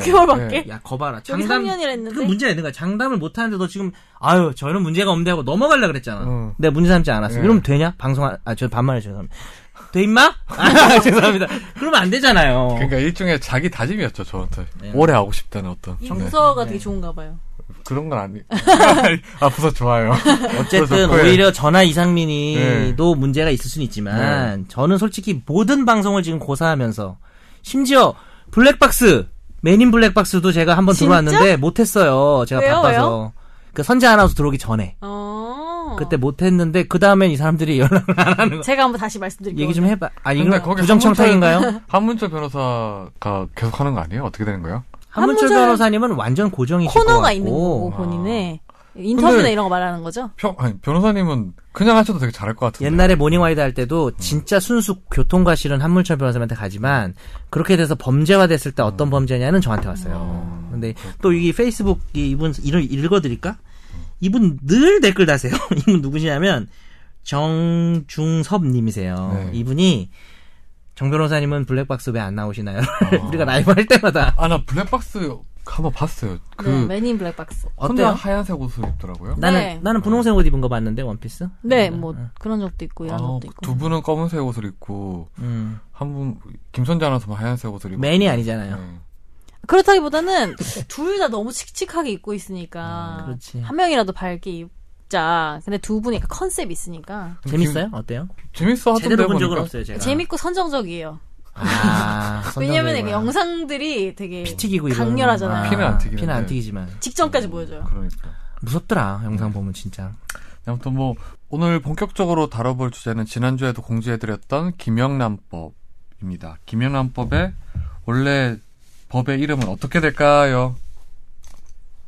A: 예.
C: 6개월밖에?
B: 야 거봐라
C: 여기
B: 장담
C: 3년이라 네? 했는데.
B: 그 문제가 있는 거야. 장담을 못 하는데 너 지금 아유 저는 문제가 없는데 하고 넘어가려 그랬잖아.
A: 응.
B: 내가 문제 삼지 않았어.
A: 예.
B: 이러면 되냐? 방송 아저 반말해 죄송합니다. 돼 임마? 아, 죄송합니다. 그러면 안 되잖아요.
A: 그러니까 일종의 자기 다짐이었죠, 저한테.
B: 네.
A: 오래 하고 싶다는 어떤.
C: 이
A: 네.
C: 부서가
B: 네.
C: 되게 좋은가 봐요.
A: 그런 건 아니. 아 부서 좋아요.
B: 어쨌든
A: 그래서 네. 그-
B: 오히려 저나 이상민이도 문제가 있을 수는 있지만
A: 네.
B: 저는 솔직히 모든 방송을 지금 고사하면서 심지어 블랙박스 맨인 블랙박스도 제가 한번
C: 진짜?
B: 들어왔는데 못했어요. 제가
C: 왜요?
B: 바빠서
C: 왜요?
B: 그 선재 아나운서 들어오기 전에
C: 어.
B: 그때 못했는데 그 다음엔 이 사람들이 연락을 안 하는 거.
C: 제가 한번 다시 말씀드릴게요.
B: 얘기 좀 해봐. 아 이건
A: 근데 거기
B: 부정청탁인가요?
A: 한문철 변호사가 계속 하는 거 아니에요? 어떻게 되는 거예요?
B: 한문철
C: 한문철
B: 변호사님은 완전 고정이실 것
C: 코너가
B: 같고. 아.
C: 있는 거고 본인의 인터뷰나
A: 근데-
C: 이런 거 말하는 거죠.
A: 평, 아니, 변호사님은 그냥 하셔도 되게 잘할 것 같은데.
B: 옛날에 모닝와이드 할 때도 진짜 순수 교통과실은 한문철 변호사한테 가지만 그렇게 돼서 범죄화 됐을 때 어떤 범죄냐는 저한테 왔어요. 근데 또 이 페이스북이 이분 이름 읽어드릴까? 이분 늘 댓글 다세요. 이분 누구시냐면 정중섭님이세요.
A: 네.
B: 이분이 정 변호사님은 블랙박스 왜 안 나오시나요? 우리가 라이브 할 때마다
A: 아, 나 블랙박스 한번 봤어요. 그,
C: 네, 맨인 블랙박스.
A: 혼자
B: 어때요?
A: 하얀색 옷을 입더라고요.
B: 나는
C: 네.
B: 나는 분홍색 옷 입은 거 봤는데 원피스?
C: 네, 뭐 그런 적도 있고 이런
A: 아,
C: 적도 있고.
A: 두 분은 검은색 옷을 입고,
B: 음.
A: 한 분, 김선재 아나운서만 하얀색 옷을 입고.
B: 맨이
A: 네.
B: 아니잖아요.
A: 음,
C: 그렇다기보다는 둘 다 너무 칙칙하게 입고 있으니까
B: 음, 그렇지.
C: 한 명이라도 밝게 입자. 근데 두 분이 약간 컨셉이 있으니까
B: 재밌어요? 어때요?
A: 재밌어 하던데
B: 제대로 본 적은
A: 보니까.
B: 없어요 제가.
C: 재밌고 선정적이에요.
B: 아,
C: 왜냐면 그
B: 선정적이구나.
C: 영상들이 되게
B: 피 튀기고 이런
C: 강렬하잖아요.
A: 피는 안 튀기는데.
B: 피는 안 튀기지만
C: 직전까지 보여줘요.
A: 그러니까.
B: 무섭더라 영상 보면 진짜.
A: 아무튼 뭐 오늘 본격적으로 다뤄볼 주제는 지난주에도 공지해드렸던 김영란법입니다. 김영란법의 원래 법의 이름은 어떻게 될까요?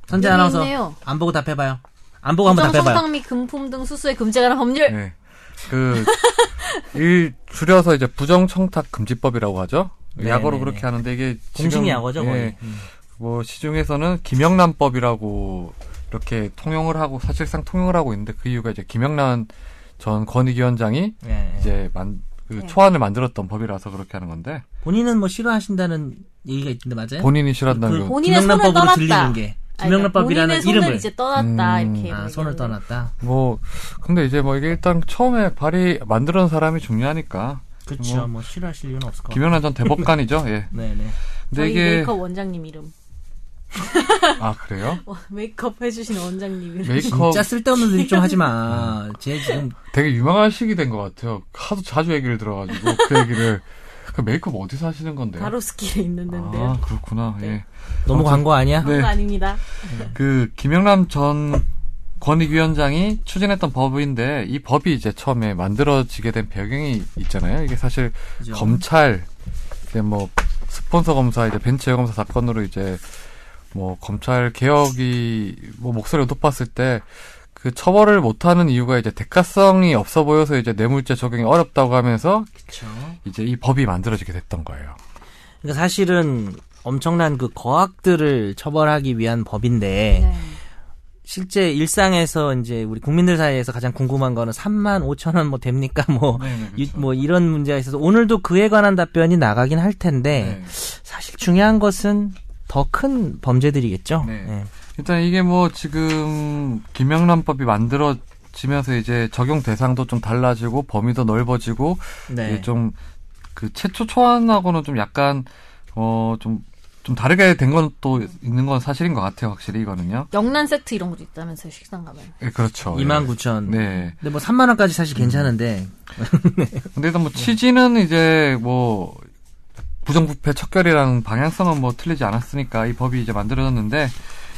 B: 선재
C: 여기
B: 아나운서
C: 있네요.
B: 안 보고 답해봐요. 안 보고 한번
C: 부정
B: 답해봐요. 음.
C: 성탕 및 금품 등 수수에 금지하는 법률.
A: 네. 그, 일, 줄여서 이제 부정청탁 금지법이라고 하죠?
B: 네,
A: 약어로
B: 네,
A: 그렇게
B: 네.
A: 하는데 이게. 지금,
B: 공식 야거죠
A: 예,
B: 거의. 음.
A: 뭐 시중에서는 김영란법이라고 이렇게 통용을 하고 사실상 통용을 하고 있는데 그 이유가 이제 김영란 전 건의위원장이
B: 예, 예.
A: 이제 만, 그
C: 네.
A: 초안을 만들었던 법이라서 그렇게 하는 건데
B: 본인은 뭐 싫어하신다는 얘기가 있던데 맞아요?
A: 본인이 싫어한다는
B: 그
A: 거.
C: 본인의 손을
B: 김영란법으로 들리는
C: 떠났다.
B: 게
C: 아니, 그러니까
B: 김영란법이라는
C: 본인의 손을
B: 이름을
C: 이제 떠났다
A: 음.
C: 이렇게
B: 아,
C: 얘기하는
B: 손을
C: 거예요.
B: 떠났다.
A: 뭐 근데 이제 뭐 이게 일단 처음에 발이 만드는 사람이 중요하니까
B: 그렇죠. 뭐, 싫어하실 이유는 없을 것 같아요.
A: 김영란 전 대법관이죠. 예.
B: 네네.
A: 근데
C: 저희
A: 이게
C: 메이크업 원장님 이름
A: 아 그래요?
C: 어, 메이크업 해주신 원장님 이름
A: 메이크업
B: 진짜 쓸데없는 드립 좀 하지
A: 음.
B: 마. 쟤 지금
A: 되게 유명한 시기 된 것 같아요. 하도 자주 얘기를 들어가지고 그 얘기를 그 메이크업 어디서 하시는 건데요?
C: 가로수길에 있는데요.
A: 아 그렇구나. 예.
B: 너무 광고 아니야?
A: 네.
C: 그거 아닙니다.
A: 그 김영남 전 권익위원장이 추진했던 법인데 이 법이 이제 처음에 만들어지게 된 배경이 있잖아요. 이게 사실
B: 그죠?
A: 검찰 이제 뭐 스폰서 검사 이제 벤츠 여검사 사건으로 이제 뭐 검찰 개혁이 뭐 목소리가 높았을 때 그 처벌을 못하는 이유가 이제 대가성이 없어 보여서 이제 뇌물죄 적용이 어렵다고 하면서
B: 그렇죠.
A: 이제 이 법이 만들어지게 됐던 거예요.
B: 그러니까 사실은 엄청난 그 거악들을 처벌하기 위한 법인데
C: 네.
B: 실제 일상에서 이제 우리 국민들 사이에서 가장 궁금한 거는 3만 5천 원 뭐 됩니까 뭐 뭐
A: 네,
B: 이런 문제가 있어서 오늘도 그에 관한 답변이 나가긴 할
A: 네.
B: 텐데 사실 중요한 것은 더 큰 범죄들이겠죠.
A: 네.
B: 네.
A: 일단 이게 뭐 지금 김영란법이 만들어지면서 이제 적용 대상도 좀 달라지고 범위도 넓어지고
B: 네.
A: 이게 좀그 최초 초안하고는 좀 약간 어 좀 좀 다르게 된 건 또 있는 건 사실인 것 같아요 확실히 이거는요.
C: 영란 세트 이런 것도 있다면서요 식당 가면.
A: 예, 그렇죠.
B: 2만
A: 예.
B: 9천.
A: 네.
B: 근데 뭐 3만 원까지 사실 괜찮은데
A: 근데 일단 뭐 취지는 이제 뭐 부정부패 척결이라는 방향성은 뭐 틀리지 않았으니까 이 법이 이제 만들어졌는데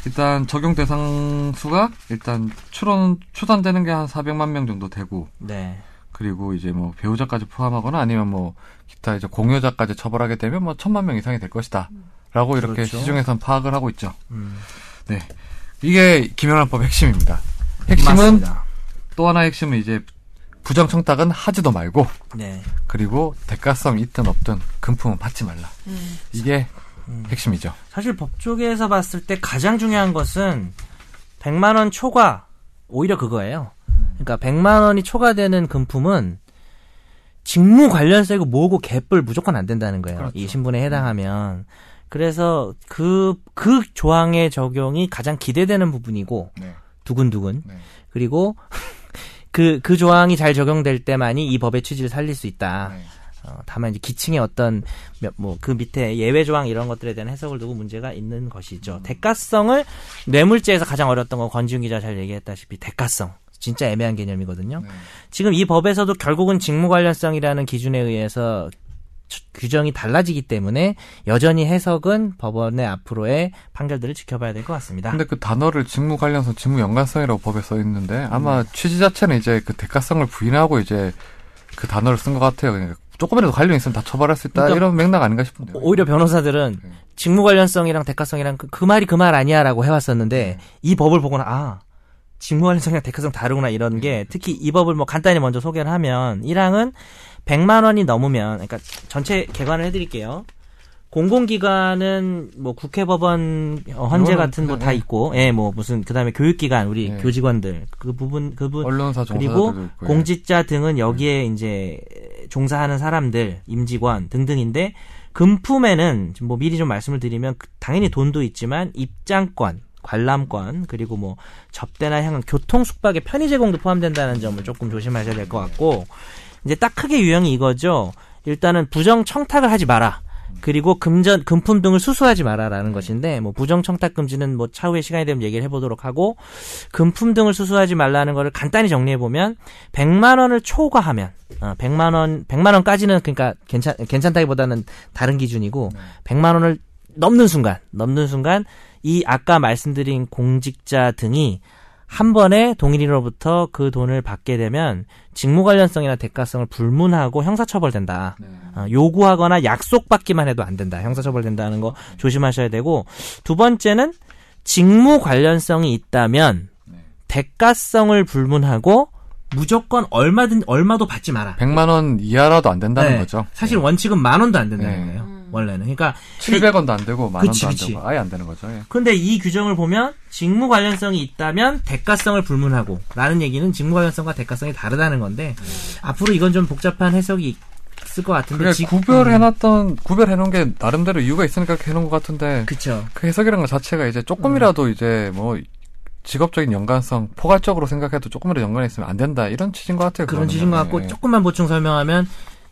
A: 일단 적용 대상 수가 일단 추론 추산되는 게 한 400만 명 정도 되고
B: 네.
A: 그리고 이제 뭐 배우자까지 포함하거나 아니면 뭐 기타 이제 공여자까지 처벌하게 되면 뭐 천만 명 이상이 될 것이다. 라고 이렇게
B: 그렇죠.
A: 시중에선 파악을 하고 있죠.
B: 음,
A: 네. 이게 김영란법 핵심입니다. 핵심은
B: 맞습니다.
A: 또 하나의 핵심은 이제 부정청탁은 하지도 말고
B: 네.
A: 그리고 대가성이 있든 없든 금품은 받지 말라.
B: 음.
A: 이게 핵심이죠.
B: 사실 법 쪽에서 봤을 때 가장 중요한 것은 100만 원 초과 오히려 그거예요. 그러니까 100만 원이 초과되는 금품은 직무 관련세고 뭐고 개뿔 무조건 안 된다는 거예요. 이 신분에 해당하면. 그래서 그, 그 조항의 적용이 가장 기대되는 부분이고,
A: 네.
B: 두근두근.
A: 네. 아.
B: 그리고 그, 그 조항이 잘 적용될 때만이 이 법의 취지를 살릴 수 있다. 어, 다만 이제 기층의 어떤 뭐 그 밑에 예외 조항 이런 것들에 대한 해석을 두고 문제가 있는 것이죠. 대가성을 뇌물죄에서 가장 어려웠던 건 권지훈 기자 가잘 얘기했다시피 대가성 진짜 애매한 개념이거든요. 지금 이 법에서도 결국은 직무 관련성이라는 기준에 의해서 추- 규정이 달라지기 때문에 여전히 해석은 법원의 앞으로의 판결들을 지켜봐야 될 것 같습니다.
A: 근데 그 단어를 직무 관련성, 직무 연관성이라고 법에 써 있는데
B: 음.
A: 아마 취지 자체는 이제 그 대가성을 부인하고 이제 그 단어를 쓴 것 같아요. 그러니까 조금이라도 관련이 있으면 다 처벌할 수 있다
B: 그러니까 어,
A: 이런 맥락 아닌가 싶은데요.
B: 오히려 변호사들은
A: 네.
B: 직무 관련성이랑 대가성이랑 그, 그 말이 그 말 아니야라고
A: 네.
B: 해왔었는데 이 법을 보고는 아 직무 관련성이랑 대가성 다르구나
A: 네.
B: 이런 게 특히 이 법을 뭐 간단히 먼저 소개를 하면 1항은 100만 원이 넘으면 그러니까 전체 개관을 해드릴게요. 공공기관은 뭐 국회법원 어, 헌재
A: 이거는
B: 같은 거
A: 그냥,
B: 다
A: 예.
B: 있고 예 뭐 무슨 그다음에 교육기관 우리
A: 예.
B: 교직원들 그 부분 그분
A: 언론사
B: 그리고
A: 종사자들도 음. 있고
B: 공직자 등은 여기에 이제 종사하는 사람들, 임직원 등등인데 금품에는 지금 뭐 미리 좀 말씀을 드리면 그- 당연히 돈도 있지만 입장권, 관람권 그리고 뭐 접대나 향한 교통 숙박의 편의 제공도 포함된다는 점을 조금 조심하셔야 될 것 같고 이제 딱 크게 유형이 이거죠. 일단은 부정 청탁을 하지 마라. 그리고 금전 금품 등을 수수하지 마라라는 것인데 뭐 부정 청탁 금지는 뭐 차후에 시간이 되면 얘기를 해보도록 하고 금품 등을 수수하지 말라는 거를 간단히 정리해 보면 100만 원을 초과하면 어, 100만 원 100만 원까지는 그러니까 괜찮 괜찮다기보다는 다른 기준이고 100만 원을 넘는 순간 넘는 순간 이 아까 말씀드린 공직자 등이 한 번에 동일인으로부터 그 돈을 받게 되면 직무 관련성이나 대가성을 불문하고 형사처벌된다. 어, 요구하거나 약속받기만 해도 안 된다. 형사처벌된다는 거 조심하셔야 되고 두 번째는 직무 관련성이 있다면 대가성을 불문하고 무조건 얼마든 얼마도 받지 마라.
A: 100만 원 이하라도 안 된다는
B: 네.
A: 거죠.
B: 사실 원칙은 만 원도 안 된다는
A: 네.
B: 거예요. 원래는. 그러니까
A: 700원도 안 되고 만
B: 그치,
A: 원도 안
B: 그치.
A: 되고 아예 안 되는 거죠. 예.
B: 근데 이 규정을 보면 직무 관련성이 있다면 대가성을 불문하고 라는 얘기는 직무 관련성과 대가성이 다르다는 건데 앞으로 이건 좀 복잡한 해석이 있을 것 같은데
A: 그게
B: 지-
A: 그러니까 구별해놨던
B: 음.
A: 구별해놓은 게 나름대로 이유가 있으니까 그렇게 해놓은 것 같은데 그,
B: 그쵸
A: 해석이라는 것 자체가 이제 조금이라도
B: 음.
A: 이제 뭐 직업적인 연관성 포괄적으로 생각해도 조금이라도 연관이 있으면 안 된다 이런 취지인 것 같아요.
B: 그런
A: 그거는.
B: 짓인 것 같고
A: 예.
B: 조금만 보충 설명하면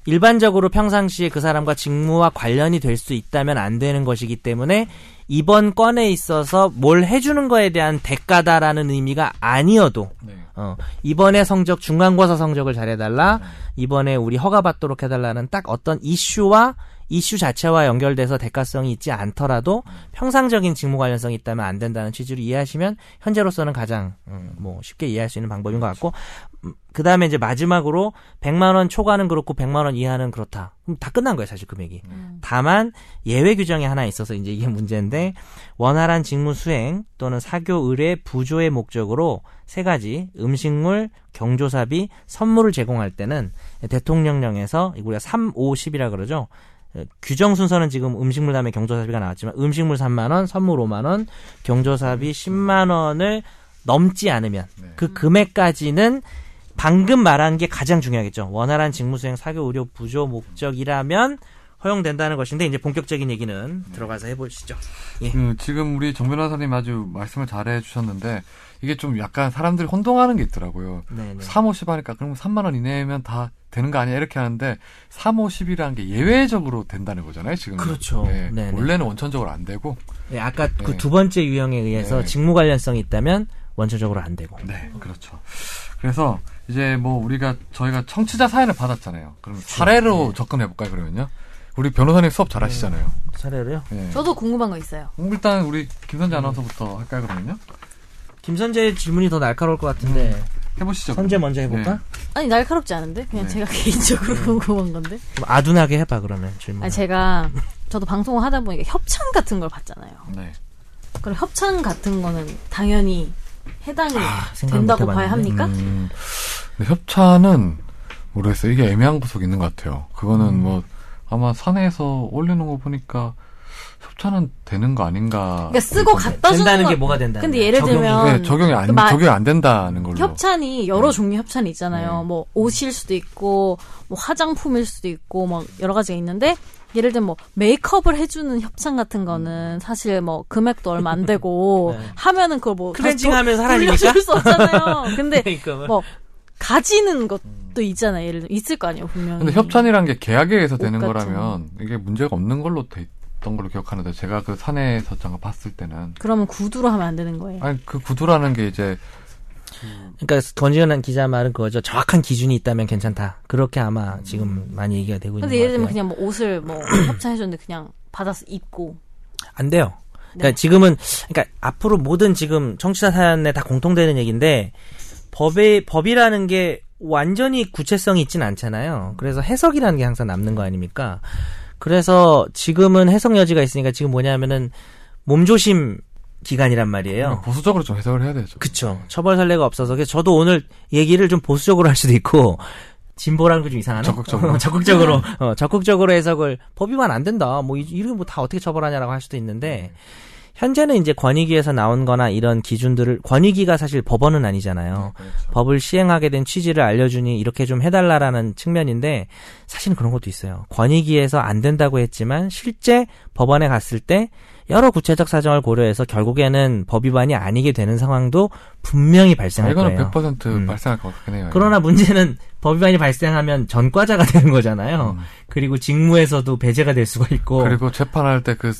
B: 일반적으로 평상시에 그 사람과 직무와 관련이 될 수 있다면 안 되는 것이기 때문에 이번 건에 있어서 뭘 해주는 거에 대한 대가다라는 의미가 아니어도
A: 네.
B: 어, 이번에 성적 중간고사 성적을 잘해달라 이번에 우리 허가받도록 해달라는 딱 어떤 이슈와 이슈 자체와 연결돼서 대가성이 있지 않더라도 평상적인 직무 관련성이 있다면 안 된다는 취지로 이해하시면 현재로서는 가장 음, 뭐 쉽게 이해할 수 있는 방법인 것 같고 그 다음에 이제 마지막으로 100만 원 초과는 그렇고 100만 원 이하는 그렇다. 그럼 다 끝난 거예요, 사실 금액이.
C: 음.
B: 다만 예외 규정이 하나 있어서 이제 이게 문제인데 원활한 직무 수행 또는 사교 의뢰 부조의 목적으로 세 가지 음식물, 경조사비, 선물을 제공할 때는 대통령령에서 우리가 3, 5, 10이라 그러죠. 어, 규정 순서는 지금 음식물 다음에 경조사비가 나왔지만 음식물 3만 원, 선물 5만 원, 경조사비 10만 원을 넘지 않으면 그 금액까지는 방금 말한 게 가장 중요하겠죠. 원활한 직무 수행 사교 의료 부조 목적이라면 허용된다는 것인데 이제 본격적인 얘기는 들어가서 해보시죠.
A: 그 지금 우리 정 변호사님 아주 말씀을 잘해 주셨는데 이게 좀 약간 사람들이 혼동하는 게 있더라고요.
B: 네, 네.
A: 3, 50 하니까 그럼 3만 원 이내면 다 되는 거 아니야 이렇게 하는데 3, 50이라는 게 예외적으로 된다는 거잖아요 지금.
B: 그렇죠. 네네.
A: 원래는 원천적으로 안 되고.
B: 네, 아까 그 두 번째 유형에 의해서
A: 네.
B: 직무 관련성이 있다면 원초적으로 안 되고.
A: 네, 그렇죠. 그래서 이제 뭐 우리가 저희가 청취자 사연을 받았잖아요. 그럼
C: 그렇죠.
A: 사례로
C: 네.
A: 접근해 볼까요 그러면요? 우리 변호사님 수업 잘하시잖아요.
B: 차례로요.
A: 네.
C: 음. 저도 궁금한 거 있어요.
A: 그럼 일단 우리 김선재 아나운서부터 할까요 그러면요?
B: 김선재의 질문이 더 날카로울 것 같은데
A: 해보시죠.
B: 선재
A: 그럼.
B: 먼저 해볼까?
C: 아니 날카롭지 않은데 그냥
A: 네.
C: 제가 개인적으로 궁금한 건데.
B: 좀 아둔하게 해봐 그러면 질문.
C: 아니 제가 저도 방송을 하다 보니까 협찬 같은 걸 봤잖아요.
A: 네.
C: 그럼 협찬 같은 거는 당연히 해당이
B: 생각을
C: 된다고
B: 못 해봤네.
C: 봐야 합니까?
A: 음, 근데 협찬은 모르겠어요. 이게 애매한 구석이 있는 것 같아요. 그거는
C: 음.
A: 뭐 아마 사내에서 올리는 거 보니까 협찬은 되는 거 아닌가.
C: 그러니까 쓰고
A: 싶은데.
C: 갖다 주는
B: 된다는
C: 거.
B: 게 뭐가 된다?
C: 근데 예를 들면
A: 네, 적용이 안
C: 그 마-
A: 적용이 안 된다는 걸로.
C: 협찬이 여러
B: 네.
C: 종류 의 협찬이 있잖아요. 뭐 옷일 수도 있고 뭐 화장품일 수도 있고 막 여러 가지가 있는데 예를 들면 뭐 메이크업을 해주는 협찬 같은 거는 사실 뭐 금액도 얼마 안 되고
B: 음. 네.
C: 하면은 그걸 뭐
B: 클렌징
C: 다
B: 하면 네.
C: 도-
B: 사라지니까?
C: 뭐 돌려줄 수 없잖아요. 근데
B: 그러니까
C: 뭐 가지는 것 것도 있잖아. 예를 들면 있을 거 아니에요, 분명히.
A: 근데 협찬이란 게 계약에 의해서 되는
C: 옷 같은
A: 거라면 이게 문제가 없는 걸로 돼 있던 걸로 기억하는데 제가 그 사내에서 잠깐 봤을 때는
C: 그러면 구두로 하면 안 되는 거예요.
A: 아니 그 구두라는 게 이제
B: 그러니까 권지현 기자 말은 그거죠. 정확한 기준이 있다면 괜찮다. 그렇게 아마 지금 많이 얘기가 되고 있는
C: 음. 근데
B: 것
C: 예를
B: 같아요.
C: 들면 그냥 뭐 옷을 뭐 협찬해 줬는데 그냥 받아서 입고
B: 안 돼요. 그러니까
C: 네.
B: 지금은 그러니까 앞으로 모든 지금 청취자 사연에 다 공통되는 얘기인데 법의 법이라는 게 완전히 구체성이 있진 않잖아요. 그래서 해석이라는 게 항상 남는 거 아닙니까? 그래서 지금은 해석 여지가 있으니까 지금 뭐냐면은 몸조심 기간이란 말이에요.
A: 보수적으로 좀 해석을 해야 되죠.
B: 그쵸. 처벌 선례가 없어서. 그래서 저도 오늘 얘기를 좀 보수적으로 할 수도 있고, 진보라는 게 좀 이상하네.
A: 적극적으로.
B: 적극적으로. 어, 적극적으로 해석을, 법이만 안 된다. 뭐, 이- 이런 거 다 어떻게 처벌하냐라고 할 수도 있는데, 현재는 이제 권익위에서 나온 거나 이런 기준들을, 권익위가 사실 법원은 아니잖아요. 법을 시행하게 된 취지를 알려주니 이렇게 좀 해달라라는 측면인데 사실은 그런 것도 있어요. 권익위에서 안 된다고 했지만 실제 법원에 갔을 때 여러 구체적 사정을 고려해서 결국에는 법 위반이 아니게 되는 상황도 분명히
A: 아,
B: 발생할
A: 이거는
B: 거예요.
A: 100%
B: 음.
A: 발생할 것 같긴 해요.
B: 그러나 문제는 법 위반이 발생하면 전과자가 되는 거잖아요.
A: 음.
B: 그리고 직무에서도 배제가 될 수가 있고
A: 그리고 재판할 때 그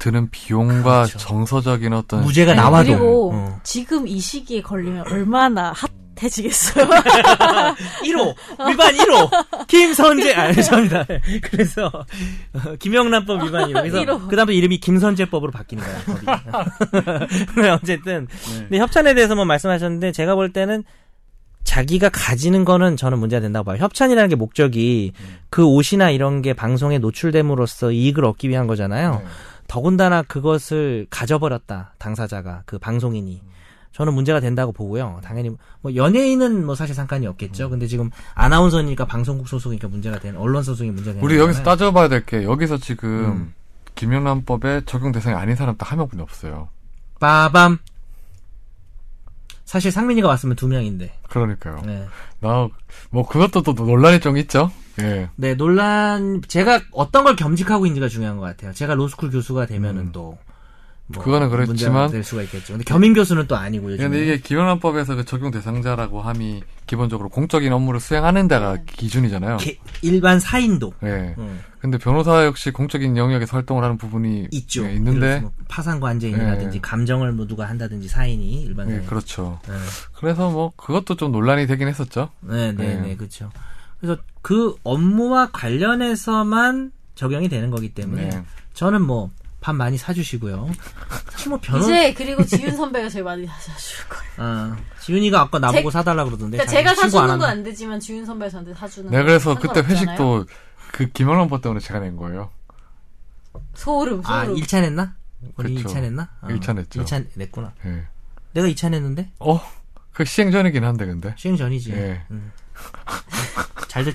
A: 드는 비용과
B: 그렇죠.
A: 정서적인 어떤 네,
B: 무죄가
A: 아니,
B: 나와도
C: 그리고
B: 어. 음.
C: 지금 이 시기에 걸리면 얼마나 핫해지겠어요.
B: 1호 위반 1호 김선재 아 죄송합니다 그래서 어, 김영란법 위반 1호 그래서
C: 1호.
B: 그다음부터 이름이 김선재법으로 바뀌는 거야 법이 네, 어쨌든
A: 네.
B: 근데 협찬에 대해서만 뭐 말씀하셨는데 제가 볼 때는 자기가 가지는 거는 저는 문제가 된다고 봐요 협찬이라는 게 목적이 그 옷이나 이런 게 방송에 노출됨으로써 이익을 얻기 위한 거잖아요
A: 네.
B: 더군다나 그것을 가져버렸다 당사자가 그 방송인이 저는 문제가 된다고 보고요. 당연히 뭐 연예인은 뭐 사실 상관이 없겠죠.
A: 음.
B: 근데 지금 아나운서니까 방송국 소속이니까 문제가 되는 언론 소속이 문제가 되는
A: 우리 여기서
B: 거잖아요.
A: 따져봐야 될 게 여기서 지금
B: 네. 음.
A: 김영란법에 적용 대상이 아닌 사람 딱 한 명뿐이 없어요.
B: 빠밤 사실 상민이가 왔으면 두 명인데
A: 그러니까요.
B: 네.
A: 나 뭐 그것도 또 논란이 좀 있죠. 예.
B: 네, 논란 제가 어떤 걸 겸직하고 있는지가 중요한 것 같아요. 제가 로스쿨 교수가 되면은
A: 음.
B: 또 뭐,
A: 그거는
B: 문제가
A: 그렇지만
B: 될 수가 있겠죠. 근데 겸임 교수는 또 아니고요.
A: 근데
B: 지금.
A: 이게 김영란법에서 그 적용 대상자라고 함이 기본적으로 공적인 업무를 수행하는 데가 기준이잖아요.
B: 개- 일반 사인도
A: 예.
B: 음,
A: 근데 변호사 역시 공적인 영역에서 활동을 하는 부분이
B: 있죠.
A: 예, 있는데
B: 예를 들어서 뭐 파상 관제인이라든지
A: 예.
B: 감정을 뭐 누가 한다든지 사인이 일반
A: 예,
B: 사인.
A: 그렇죠.
B: 네.
A: 그래서 뭐 그것도 좀 논란이 되긴 했었죠.
B: 네, 네,
A: 예.
B: 네, 그렇죠. 그래서 그 업무와 관련해서만 적용이 되는 거기 때문에
A: 네.
B: 저는 뭐 밥 많이 사주시고요. 사실 뭐 변호
C: 이제 그리고 지윤 선배가 제일 많이 사줄 거예요.
B: 아, 지윤이가 아까 나보고
C: 제-
B: 사달라 그러던데.
C: 그러니까
B: 자기는
C: 제가
B: 신고 안
C: 사주는
B: 한다.
C: 건 안 되지만 지윤 선배가 저한테 사주는
A: 네,
C: 건
A: 그래서 그때
C: 상관없잖아요.
A: 회식도 그 김영란법 때문에 제가 낸 거예요.
C: 소름
B: 아,
C: 소름.
B: 1차 냈나? 본인이
A: 그쵸.
B: 1차 냈나? 아,
A: 일차 냈죠.
B: 1차 냈구나.
A: 예.
B: 내가 2차 냈는데?
A: 어, 그 시행 전이긴 한데 근데.
B: 시행 전이지.
A: 예.
B: 음. 잘들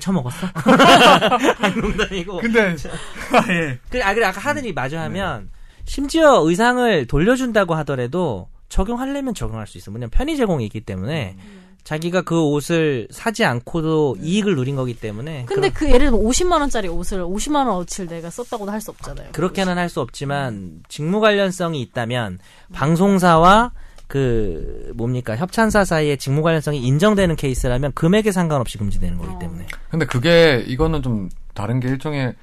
B: 처먹었어? 아니, 농담이고.
A: 근데 예.
B: 그래, 아, 그래, 아까 하늘이 마저 하면,
A: 네.
B: 심지어 의상을 돌려준다고 하더라도, 적용하려면 적용할 수 있어. 뭐냐면 편의 제공이기 때문에,
C: 음.
B: 자기가 그 옷을 사지 않고도 이익을 누린 거기 때문에.
C: 네. 근데 그 예를 들면 50만 원짜리 옷을 50만 원 어치를 내가 썼다고도 할 수 없잖아요.
B: 그렇게는 할 수 없지만 직무 관련성이 있다면 방송사와 그 뭡니까 협찬사 사이에 직무 관련성이 인정되는 케이스라면 금액에 상관없이 금지되는
C: 어.
B: 거기 때문에
A: 근데 그게 이거는 좀 다른 게 일종의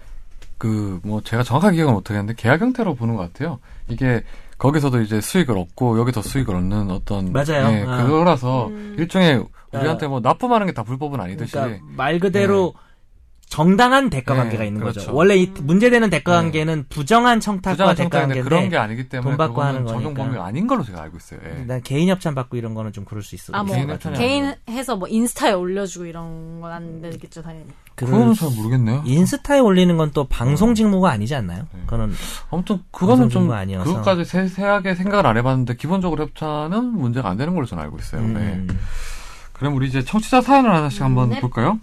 A: 그 뭐 제가 정확하게 기억은 못하겠는데 계약 형태로 보는 것 같아요. 이게 거기서도 이제 수익을 얻고 여기서 수익을 얻는 어떤
B: 맞아요.
A: 예,
B: 아.
A: 그거라서 일종의 우리한테
B: 아.
A: 뭐 납품하는 게 다 불법은 아니듯이
B: 그러니까 말 그대로 정당한 대가
A: 네,
B: 관계가 있는 거죠.
A: 그렇죠. 네.
B: 원래 이 문제되는 대가 관계는 부정한 청탁과
A: 부정한
B: 대가
A: 청탁인데
B: 관계인데
A: 그런 게 아니기 때문에
B: 네. 돈 받고
A: 그거는
B: 하는
A: 적용
B: 거니까. 음,
A: 범위가 아닌 걸로 제가 알고 있어요. 예.
B: 난 개인 협찬 받고 이런 거는 좀 그럴 수 있어.
C: 아, 뭐
A: 개인 협찬이
C: 개인 해서 뭐 인스타에 올려주고 이런 건 안 되겠죠 당연히.
A: 그거는 뭐- 음. 잘 모르겠네요.
B: 인스타에 올리는 건 또 방송 직무가 아니지 않나요?
A: 네.
B: 그거는
A: 아무튼 그거는 좀
B: 정도가 아니어서.
A: 그것까지 세세하게 생각을 안 해봤는데 기본적으로 협찬은 문제가 안 되는 걸로 저는 알고 있어요. 예.
B: 음.
A: 그럼 우리 이제 청취자 사연을 하나씩 한번
C: 네.
A: 볼까요?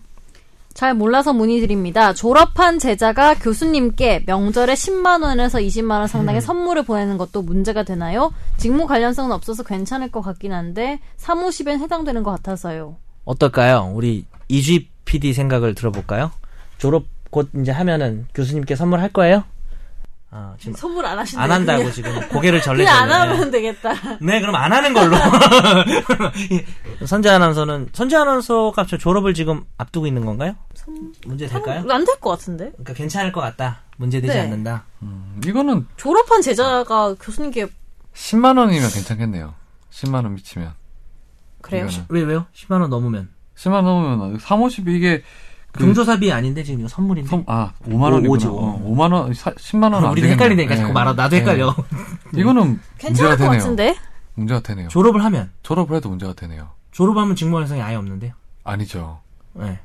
C: 잘 몰라서 문의드립니다. 졸업한 제자가 교수님께 명절에 10만 원에서 20만 원 상당의
B: 음.
C: 선물을 보내는 것도 문제가 되나요? 직무 관련성은 없어서 괜찮을 것 같긴 한데 사무실엔 해당되는 것 같아서요.
B: 어떨까요? 우리 이주희 PD 생각을 들어볼까요? 졸업 곧 이제 하면은 교수님께 선물할 거예요? 어, 지금
C: 선물 안 하신다.
B: 안 한다고 지금 고개를 절레절레.
C: 그냥 안 하면 되겠다.
B: 네, 그럼 안 하는 걸로. 예. 선재 아나운서는 선재 아나운서가 저 졸업을 지금 앞두고 있는 건가요? 문제 될까요?
C: 안 될 것 같은데.
B: 그러니까 괜찮을 것 같다. 문제 되지
C: 네.
B: 않는다.
A: 음, 이거는
C: 졸업한 제자가 교수님께
A: 10만 원이면 괜찮겠네요. 10만 원 미치면.
C: 그래요?
A: 이거는.
B: 왜 왜요? 10만 원 넘으면
A: 10만 원 넘으면 3, 50 이게 그
B: 경조사비 아닌데 지금 이거 선물인데.
A: 선- 아, 5만
B: 오,
A: 원이구나.
B: 오지, 오.
A: 어, 5만 원, 사, 10만 원.
B: 아,
A: 안
B: 우리도
A: 되겠네요.
B: 헷갈리니까
A: 예.
B: 자꾸 말아 나도
A: 예.
B: 헷갈려.
A: 이거는 문제가
C: 괜찮을 것
A: 되네요.
C: 같은데.
A: 문제가 되네요.
B: 졸업을 하면
A: 졸업을 해도 문제가 되네요.
B: 졸업하면 직무 완성이 아예 없는데요.
A: 아니죠.
B: 네.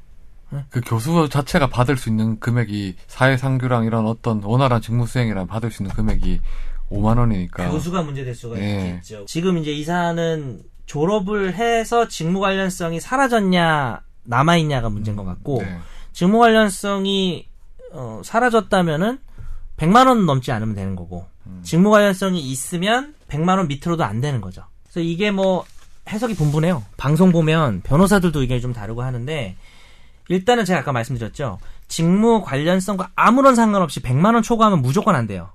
A: 그 교수 자체가 받을 수 있는 금액이 사회상규랑 이런 어떤 원활한 직무수행이랑 받을 수 있는 금액이 5만 원이니까.
B: 교수가 문제될 수가
A: 예.
B: 있겠죠. 지금 이제 이사는 졸업을 해서 직무 관련성이 사라졌냐 남아 있냐가 문제인 것 같고
A: 네.
B: 직무 관련성이 어, 사라졌다면은 100만 원 넘지 않으면 되는 거고 직무 관련성이 있으면 100만 원 밑으로도 안 되는 거죠. 그래서 이게 뭐 해석이 분분해요. 방송 보면 변호사들도 의견이 좀 다르고 하는데 일단은 제가 아까 말씀드렸죠. 직무 관련성과 아무런 상관없이 100만 원 초과하면 무조건 안 돼요.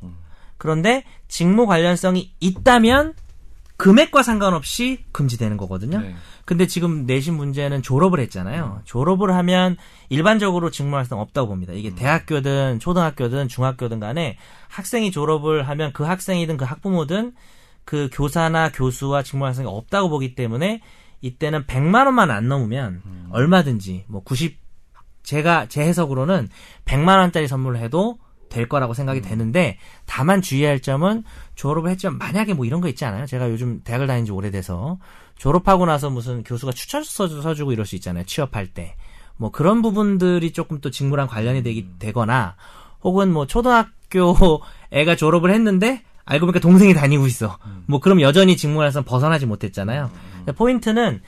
B: 그런데 직무 관련성이 있다면 금액과 상관없이 금지되는 거거든요.
A: 네.
B: 근데 지금 내신 문제는 졸업을 했잖아요. 졸업을 하면 일반적으로 직무활성 없다고 봅니다. 이게 대학교든 초등학교든 중학교든 간에 학생이 졸업을 하면 그 학생이든 그 학부모든 그 교사나 교수와 직무활성이 없다고 보기 때문에 이때는 100만 원만 안 넘으면 얼마든지 뭐 90, 제가 제 해석으로는 100만 원짜리 선물을 해도 될 거라고 생각이 되는데 다만 주의할 점은 졸업을 했지만 만약에 뭐 이런 거 있지 않아요? 제가 요즘 대학을 다닌 지 오래돼서 졸업하고 나서 무슨 교수가 추천서 써주고 이럴 수 있잖아요. 취업할 때. 뭐 그런 부분들이 조금 또 직무랑 관련이 되기, 되거나 혹은 뭐 초등학교 애가 졸업을 했는데 알고 보니까 동생이 다니고 있어. 뭐 그럼 여전히 직무 관련성 벗어나지 못했잖아요. 그러니까 포인트는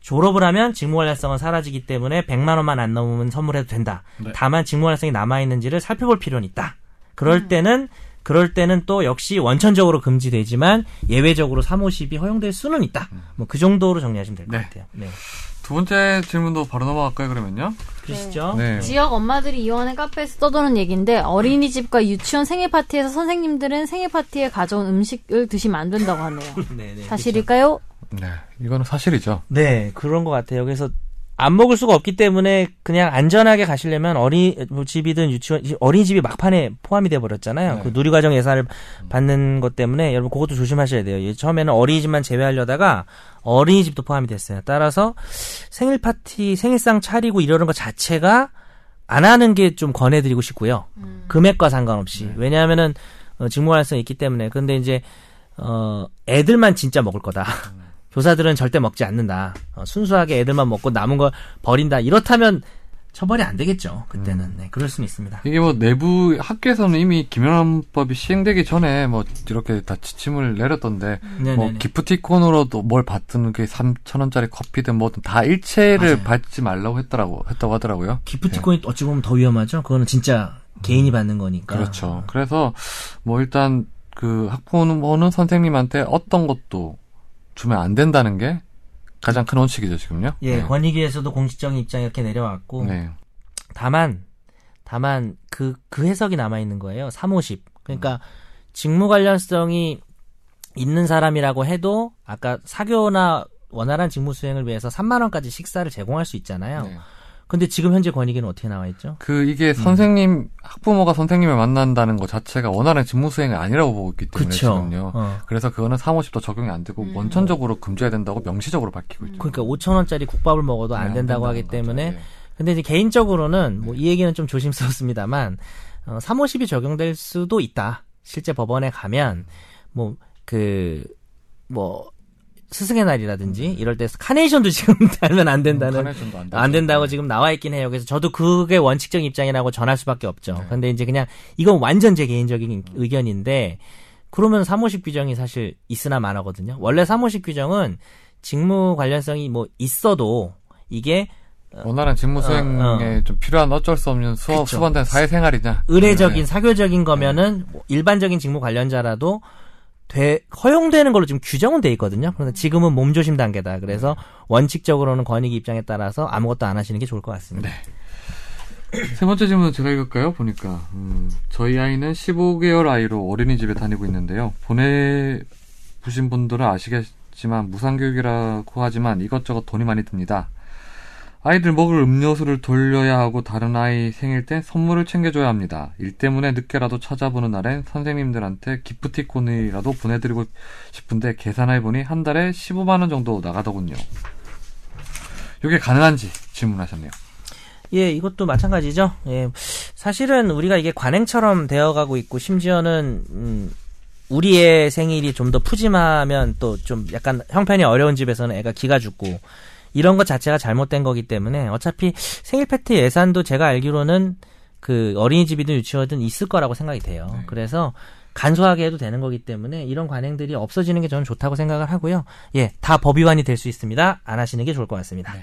B: 졸업을 하면 직무 관련성은 사라지기 때문에 100만 원만 안 넘으면 선물해도 된다.
A: 네.
B: 다만 직무 관련성이 남아 있는지를 살펴볼 필요는 있다. 그럴 때는 그럴 때는 또 역시 원천적으로 금지되지만 예외적으로 350이 허용될 수는 있다. 뭐 그 정도로 정리하시면 될 것
A: 음. 네.
B: 같아요. 네.
A: 두 번째 질문도 바로 넘어갈까요, 그러면요?
B: 그러시죠?
A: 네.
C: 어? 지역 엄마들이 이원의 카페에서 떠도는 얘기인데 어린이집과 유치원 생일 파티에서 선생님들은 생일 파티에 가져온 음식을 드시면 안 된다고 하네요.
B: 네, 네.
C: 사실일까요?
A: 네. 이거는 사실이죠.
B: 네, 그런 것 같아요. 그래서 안 먹을 수가 없기 때문에 그냥 안전하게 가시려면 어린 뭐 집이든 유치원 어린이집이 막판에 포함이 돼 버렸잖아요.
A: 네.
B: 그 누리과정 예산을 받는 것 때문에 여러분 그것도 조심하셔야 돼요. 예, 처음에는 어린이집만 제외하려다가 어린이집도 포함이 됐어요. 따라서 생일 파티, 생일상 차리고 이러는 것 자체가 안 하는 게 좀 권해드리고 싶고요. 금액과 상관없이 왜냐하면은 어, 직무 가능성이 있기 때문에 근데 이제 어 애들만 진짜 먹을 거다. 교사들은 절대 먹지 않는다. 어, 순수하게 애들만 먹고 남은 걸 버린다. 이렇다면 처벌이 안 되겠죠. 그때는 네, 그럴 수는 있습니다.
A: 이게 뭐 내부 학교에서는 이미 김연아법이 시행되기 전에 뭐 이렇게 다 지침을 내렸던데
B: 네네네.
A: 뭐 기프티콘으로도 뭘 받든 그게 3천 원짜리 커피든 뭐든 다 일체를 받지 말라고 했더라고 했다고 하더라고요. 네.
B: 기프티콘이 어찌 보면 더 위험하죠. 그거는 진짜 개인이 받는 거니까.
A: 음. 그렇죠. 그래서 뭐 일단 그 학부모는 선생님한테 어떤 것도 주면 안 된다는 게 가장 큰 원칙이죠 지금요.
B: 예,
A: 네.
B: 권익위에서도 공식적인 입장 이렇게 내려왔고
A: 네.
B: 다만 다만 그 그 해석이 남아 있는 거예요. 350.
A: 음.
B: 그러니까 직무 관련성이 있는 사람이라고 해도 아까 사교나 원활한 직무 수행을 위해서 3만 원까지 식사를 제공할 수 있잖아요.
A: 네.
B: 근데 지금 현재 권익위는 어떻게 나와 있죠?
A: 그 이게
B: 음.
A: 선생님 학부모가 선생님을 만난다는 것 자체가 원활한 직무 수행이 아니라고 보고 있기 때문에
B: 그쵸.
A: 지금요.
B: 어.
A: 그래서 그거는 350도 적용이 안 되고
C: 음.
A: 원천적으로 금지해야 된다고 명시적으로 밝히고 있죠. 네,
B: 그러니까 5천 원짜리 국밥을 먹어도 안 된다고 하기 때문에
A: 예.
B: 근데 이제 개인적으로는 뭐 이 얘기는 좀 조심스럽습니다만 어, 350이 적용될 수도 있다. 실제 법원에 가면 뭐 그뭐 스승의 날이라든지 이럴 때 카네이션도 지금 달면 안
A: 음,
B: 된다는 안 된다고 지금 나와 있긴 해요. 그래서 저도 그게 원칙적인 입장이라고 전할 수밖에 없죠. 근데 이제 그냥 이건 완전 제 개인적인 의견인데 그러면 350 규정이 사실 있으나 마나거든요. 원래 350 규정은 직무 관련성이 뭐 있어도 이게
A: 원활한 직무 수행에
B: 어,
A: 좀 필요한 어쩔 수 없는 수업
B: 그쵸.
A: 수반된 사회생활이냐.
B: 의례적인
A: 네.
B: 사교적인 거면은 뭐 일반적인 직무 관련자라도 돼- 허용되는 걸로 지금 규정은 돼 있거든요. 그런데
A: 음.
B: 지금은 몸조심 단계다.
A: 네.
B: 그래서 원칙적으로는 권익 입장에 따라서 아무것도 안 하시는 게 좋을 것 같습니다.
A: 세 번째 질문 제가 읽을까요? 보니까 음, 저희 아이는 15개월 아이로 어린이집에 다니고 있는데요. 보내 보신 분들은 아시겠지만 무상교육이라고 하지만 이것저것 돈이 많이 듭니다. 아이들 먹을 음료수를 돌려야 하고 다른 아이 생일 때 선물을 챙겨줘야 합니다. 일 때문에 늦게라도 찾아보는 날엔 선생님들한테 기프티콘이라도 보내드리고 싶은데 계산해보니 한 달에 15만원 정도 나가더군요. 이게 가능한지 질문하셨네요.
B: 예, 이것도 마찬가지죠. 예, 사실은 우리가 이게 관행처럼 되어가고 있고 심지어는 음, 우리의 생일이 좀 더 푸짐하면 또 좀 약간 형편이 어려운 집에서는 애가 기가 죽고 이런 것 자체가 잘못된 거기 때문에 어차피 생일 패트 예산도 제가 알기로는 그 어린이집이든 유치원이든 있을 거라고 생각이 돼요.
A: 네.
B: 그래서 간소하게 해도 되는 거기 때문에 이런 관행들이 없어지는 게 저는 좋다고 생각을 하고요. 예, 다 법 위반이 될 수 있습니다. 안 하시는 게 좋을 것 같습니다.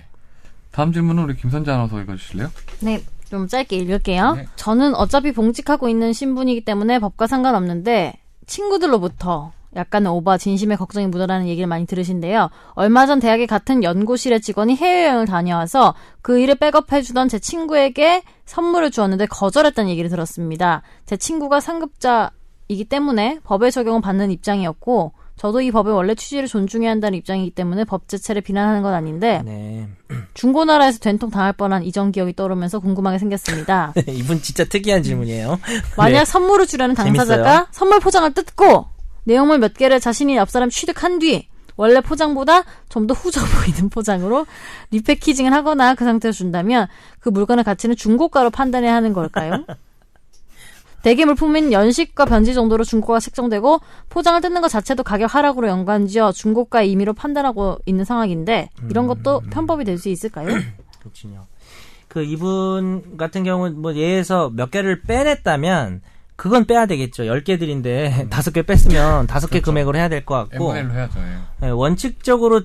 A: 다음 질문은 우리 김선재 아나운서 읽어주실래요?
C: 네, 좀 짧게 읽을게요.
A: 네.
C: 저는 어차피 봉직하고 있는 신분이기 때문에 법과 상관없는데 친구들로부터 약간의 오바 진심의 걱정이 묻어나는 얘기를 많이 들으신데요. 얼마 전 대학의 같은 연구실의 직원이 해외여행을 다녀와서 그 일을 백업해주던 제 친구에게 선물을 주었는데 거절했다는 얘기를 들었습니다. 제 친구가 상급자이기 때문에 법의 적용을 받는 입장이었고 저도 이 법의 원래 취지를 존중해야 한다는 입장이기 때문에 법 자체를 비난하는 건 아닌데
B: 네.
C: 중고나라에서 된통 당할 뻔한 이전 기억이 떠오르면서 궁금하게 생겼습니다.
B: 이분 진짜 특이한 질문이에요.
C: 음. 만약
B: 네.
C: 선물을 주려는 당사자가
B: 재밌어요.
C: 선물 포장을 뜯고 내용물 몇 개를 자신이 앞사람 취득한 뒤 원래 포장보다 좀 더 후져 보이는 포장으로 리패키징을 하거나 그 상태로 준다면 그 물건의 가치는 중고가로 판단해야 하는 걸까요? 대기 물품인 연식과 변지 정도로 중고가 책정되고 포장을 뜯는 것 자체도 가격 하락으로 연관지어 중고가 의 임의로 판단하고 있는 상황인데 이런
B: 음.
C: 것도 편법이 될 수 있을까요?
B: 네, 그렇군요. 그 이분 같은 경우는 뭐 예에서 몇 개를 빼냈다면 그건 빼야 되겠죠. 10개들인데 다섯 개 뺐으면 다섯 개
C: 그렇죠.
B: 금액으로 해야 될 것 같고
A: 해야죠.
B: 예, 원칙적으로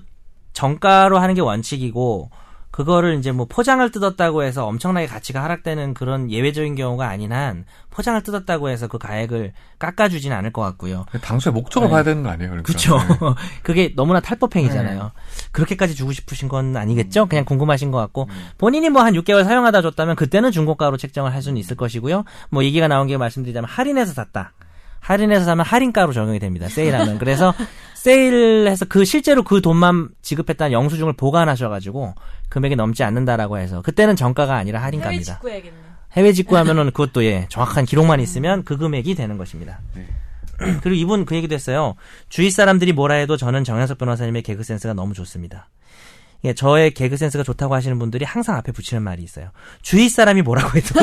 B: 정가로 하는 게 원칙이고 그거를 이제 뭐 포장을 뜯었다고 해서 엄청나게 가치가 하락되는 그런 예외적인 경우가 아닌 한 포장을 뜯었다고 해서 그 가액을 깎아주진 않을 것 같고요.
A: 당초에 목적을
B: 네.
A: 봐야 되는 거 아니에요? 그러니까.
B: 그쵸.
A: 네.
B: 그게 너무나 탈법행위잖아요. 그렇게까지 주고 싶으신 건 아니겠죠? 그냥 궁금하신 것 같고. 본인이 뭐 한 6개월 사용하다 줬다면 그때는 중고가로 책정을 할 수는 있을 것이고요. 뭐 얘기가 나온 게 말씀드리자면 할인해서 샀다. 할인해서 사면 할인가로 적용이 됩니다. 세일하면. 그래서 세일해서 그 실제로 그 돈만 지급했다는 영수증을 보관하셔가지고 금액이 넘지 않는다라고 해서 그때는 정가가 아니라 할인가입니다.
C: 직구해야겠네.
B: 해외 직구하면은 그것도 예 정확한 기록만 있으면 그 금액이 되는 것입니다.
A: 네.
B: 그리고 이분 그 얘기도 했어요. 주위 사람들이 뭐라 해도 저는 정현석 변호사님의 개그 센스가 너무 좋습니다. 예, 저의 개그 센스가 좋다고 하시는 분들이 항상 앞에 붙이는 말이 있어요. 주위 사람이 뭐라고 해도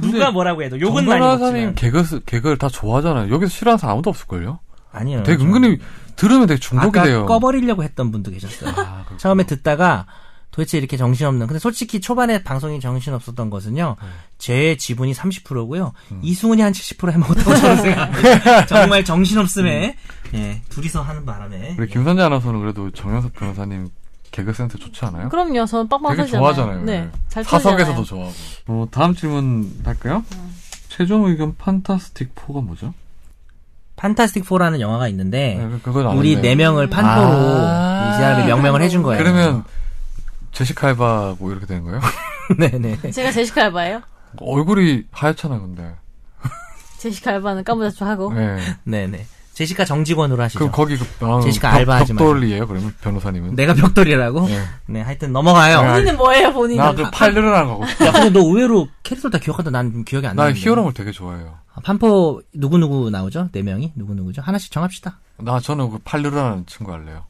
B: 누가 뭐라고 해도 욕은 많이
A: 변호사님
B: 먹지만
A: 개그, 개그를 다 좋아하잖아요. 여기서 싫어하는 사람 아무도 없을걸요?
B: 아니요.
A: 되게 은근히 들으면 되게 중독이
B: 음, 아까
A: 돼요.
B: 꺼버리려고 했던 분도 계셨어요.
A: 아, 그렇구나.
B: 처음에 듣다가 도대체 이렇게 정신없는 근데 솔직히 초반에 방송이 정신없었던 것은요
A: 네.
B: 제 지분이 30%고요
A: 음.
B: 이승훈이 한 70% 해먹었다고 저는 생각합니다 정말 정신없음에 예, 둘이서 하는 바람에
A: 우리 김선재 아나운서는 그래도 정현석 변호사님 개그 센터 좋지 않아요?
C: 그럼요. 저는 빵빵
A: 어? 되게
C: 터지잖아요.
A: 좋아하잖아요.
C: 네. 잘
A: 사석에서도
C: 터지잖아요. 음.
A: 좋아하고. 어, 다음 질문 할까요? 최종 의견 판타스틱 4가 뭐죠?
B: 판타스틱 4라는 영화가 있는데
A: 네, 그건 아는데.
B: 우리 네 명을 판포로
A: 아.
B: 이 사람이 명명을 해준 거예요
A: 그러면 제시카 알바 뭐 이렇게 되는 거예요?
B: 네네
C: 제가 제시카 알바예요.
A: 얼굴이 하얗잖아요, 근데.
C: 제시카 알바는 까무잡초하고.
A: 네.
B: 네네 제시카 정직원으로 하시죠
A: 그럼 거기 그 아,
B: 제시카
A: 벽-
B: 알바 하지 마세요.
A: 벽돌이에요, 그러면 변호사님은.
B: 내가 벽돌이라고
A: 네.
B: 네 하여튼 넘어가요
A: 네.
C: 본인은 뭐예요, 본인은? 아,
B: 아,
A: 나그팔 늘어나는 거고.
B: 야 근데 너 의외로 캐릭터 다 기억한다 난 기억이 안
A: 나
B: 나는데
A: 히어로물 되게 좋아해요.
B: 아, 판포 누구누구 나오죠? 네 명이 누구누구죠? 하나씩 정합시다.
A: 나 저는 그팔 늘어나는 친구 할래요.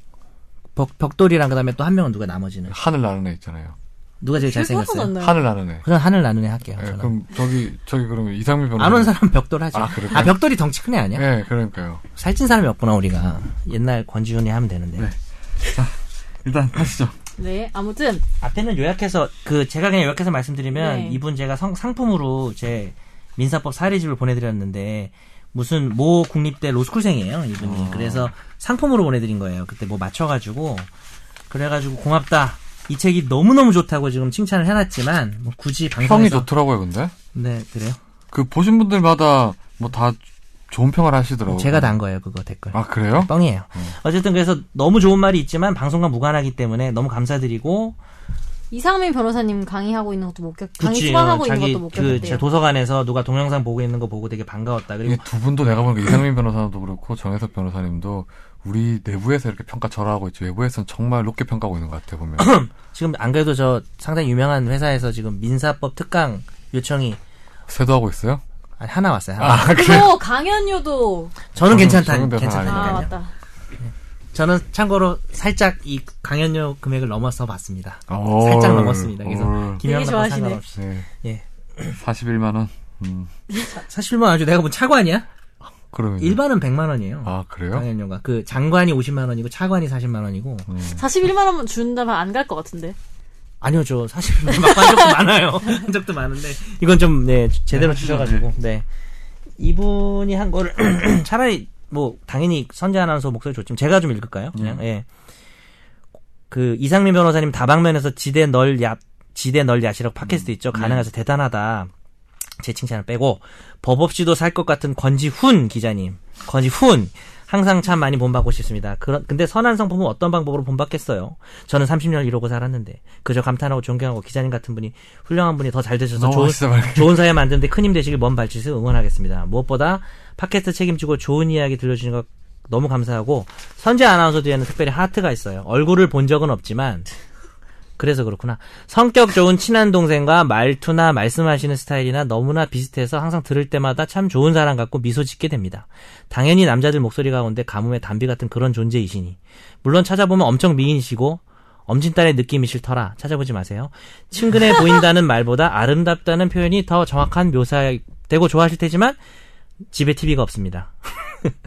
B: 벽, 벽돌이랑 그다음에 또 한 명은 누가 나머지는
A: 하늘 나는 애 있잖아요.
B: 누가 제일 잘생겼어요?
C: 잘생겼어요.
A: 하늘 나는 애.
B: 네. 그럼 하늘 나누네 할게요.
A: 예,
B: 저는.
A: 그럼 저기 저기 그러면 이상민 변호사.
B: 안 온 사람 벽돌 하죠.
A: 아,
B: 아,
A: 그래요?
B: 벽돌이 덩치 큰 애 아니야?
A: 예, 그러니까요.
B: 살찐 사람이 없구나 우리가. 옛날 권지훈이 하면 되는데.
A: 네. 일단 하시죠.
C: 네, 아무튼
B: 앞에는 요약해서 그 제가 그냥 요약해서 말씀드리면
C: 네.
B: 이분 제가 성- 상품으로 제 민사법 사례집을 보내드렸는데 무슨 모 국립대 로스쿨생이에요 이분이
A: 아.
B: 그래서 상품으로 보내드린 거예요 그때 뭐 맞춰가지고 그래가지고 고맙다 이 책이 너무너무 좋다고 지금 칭찬을 해놨지만 뭐 굳이
A: 평이
B: 방송에서
A: 좋더라고요, 근데.
B: 네 그래요
A: 그 보신 분들마다 뭐 다 좋은 평을 하시더라고요.
B: 제가 단 거예요 그거 댓글
A: 어. 아, 그래요?
B: 뻥이에요. 어쨌든 그래서 너무 좋은 말이 있지만 방송과 무관하기 때문에 너무 감사드리고
C: 이상민 변호사님 강의하고 있는 것도 목격, 강의
B: 그치.
C: 수강하고
B: 어,
C: 있는
B: 자기
C: 것도
B: 그
C: 목격했대요.
B: 진짜 도서관에서 누가 동영상 보고 있는 거 보고 되게 반가웠다. 그리고
A: 이두 분도 내가 보니까 이상민 변호사도 그렇고 정혜석 변호사님도 우리 내부에서 이렇게 평가 절하고 있지 외부에서는 정말 높게 평가하고 있는 것 같아 보면.
B: 지금 안 그래도 저 상당히 유명한 회사에서 지금 민사법 특강 요청이
A: 쇄도하고 있어요?
B: 아니, 하나 왔어요. 하나.
A: 아 그래.
C: 그거 강연료도
B: 저는
A: 저는-
B: 괜찮다.
A: 저는 별로
C: 아,
A: 아니에요.
B: 괜찮다니까요.
C: 맞다.
B: 저는 참고로 살짝 이 강연료 금액을 넘어서 봤습니다.
A: 어,
B: 살짝 넘었습니다. 그래서
A: 어,
B: 김영남
C: 좋아하시네.
B: 상관없이.
A: 네.
B: 예.
A: 41만 원. 음.
B: 사실만 아주 내가 뭐 차관이야?
A: 그러면
B: 일반은 100만 원이에요.
A: 음. 아 그래요?
B: 강연료가 그 장관이 50만 원이고 차관이 40만 원이고
A: 음.
C: 41만 원만 준다면 안 갈 것 같은데.
B: 아니요 저 사실 막한 적도 많아요 한 적도 많은데 이건 좀 네, 제대로
A: 네,
B: 주셔가지고 네 이분이 한 거를 차라리 뭐 당연히 선재 아나운서 목소리 좋지만 제가 좀 읽을까요 그냥 예. 그 이상민 변호사님 다방면에서 지대 널 야, 지대 널 야시락 팟캐스트 있죠 가능해서 대단하다 제 칭찬을 빼고 법 없이도 살 것 같은 권지훈 기자님 권지훈 항상 참 많이 본받고 싶습니다. 그런 근데 선한 성품은 어떤 방법으로 본받겠어요? 저는 30년 이러고 살았는데 그저 감탄하고 존경하고 기자님 같은 분이 훌륭한 분이 더 잘 되셔서
A: 너무
B: 좋은
A: 하시다 말게.
B: 좋은 사회 만드는데 큰 힘 되시길 먼 발치에서 응원하겠습니다. 무엇보다 팟캐스트 책임지고 좋은 이야기 들려주는 것 너무 감사하고 선재 아나운서 뒤에는 특별히 하트가 있어요. 얼굴을 본 적은 없지만 그래서 그렇구나. 성격 좋은 친한 동생과 말투나 말씀하시는 스타일이나 너무나 비슷해서 항상 들을 때마다 참 좋은 사람 같고 미소 짓게 됩니다. 당연히 남자들 목소리 가운데 가뭄의 담비 같은 그런 존재이시니. 물론 찾아보면 엄청 미인이시고, 엄진딸의 느낌이실 터라 찾아보지 마세요. 친근해 보인다는 말보다 아름답다는 표현이 더 정확한 묘사되고 좋아하실 테지만, 집에 TV가 없습니다.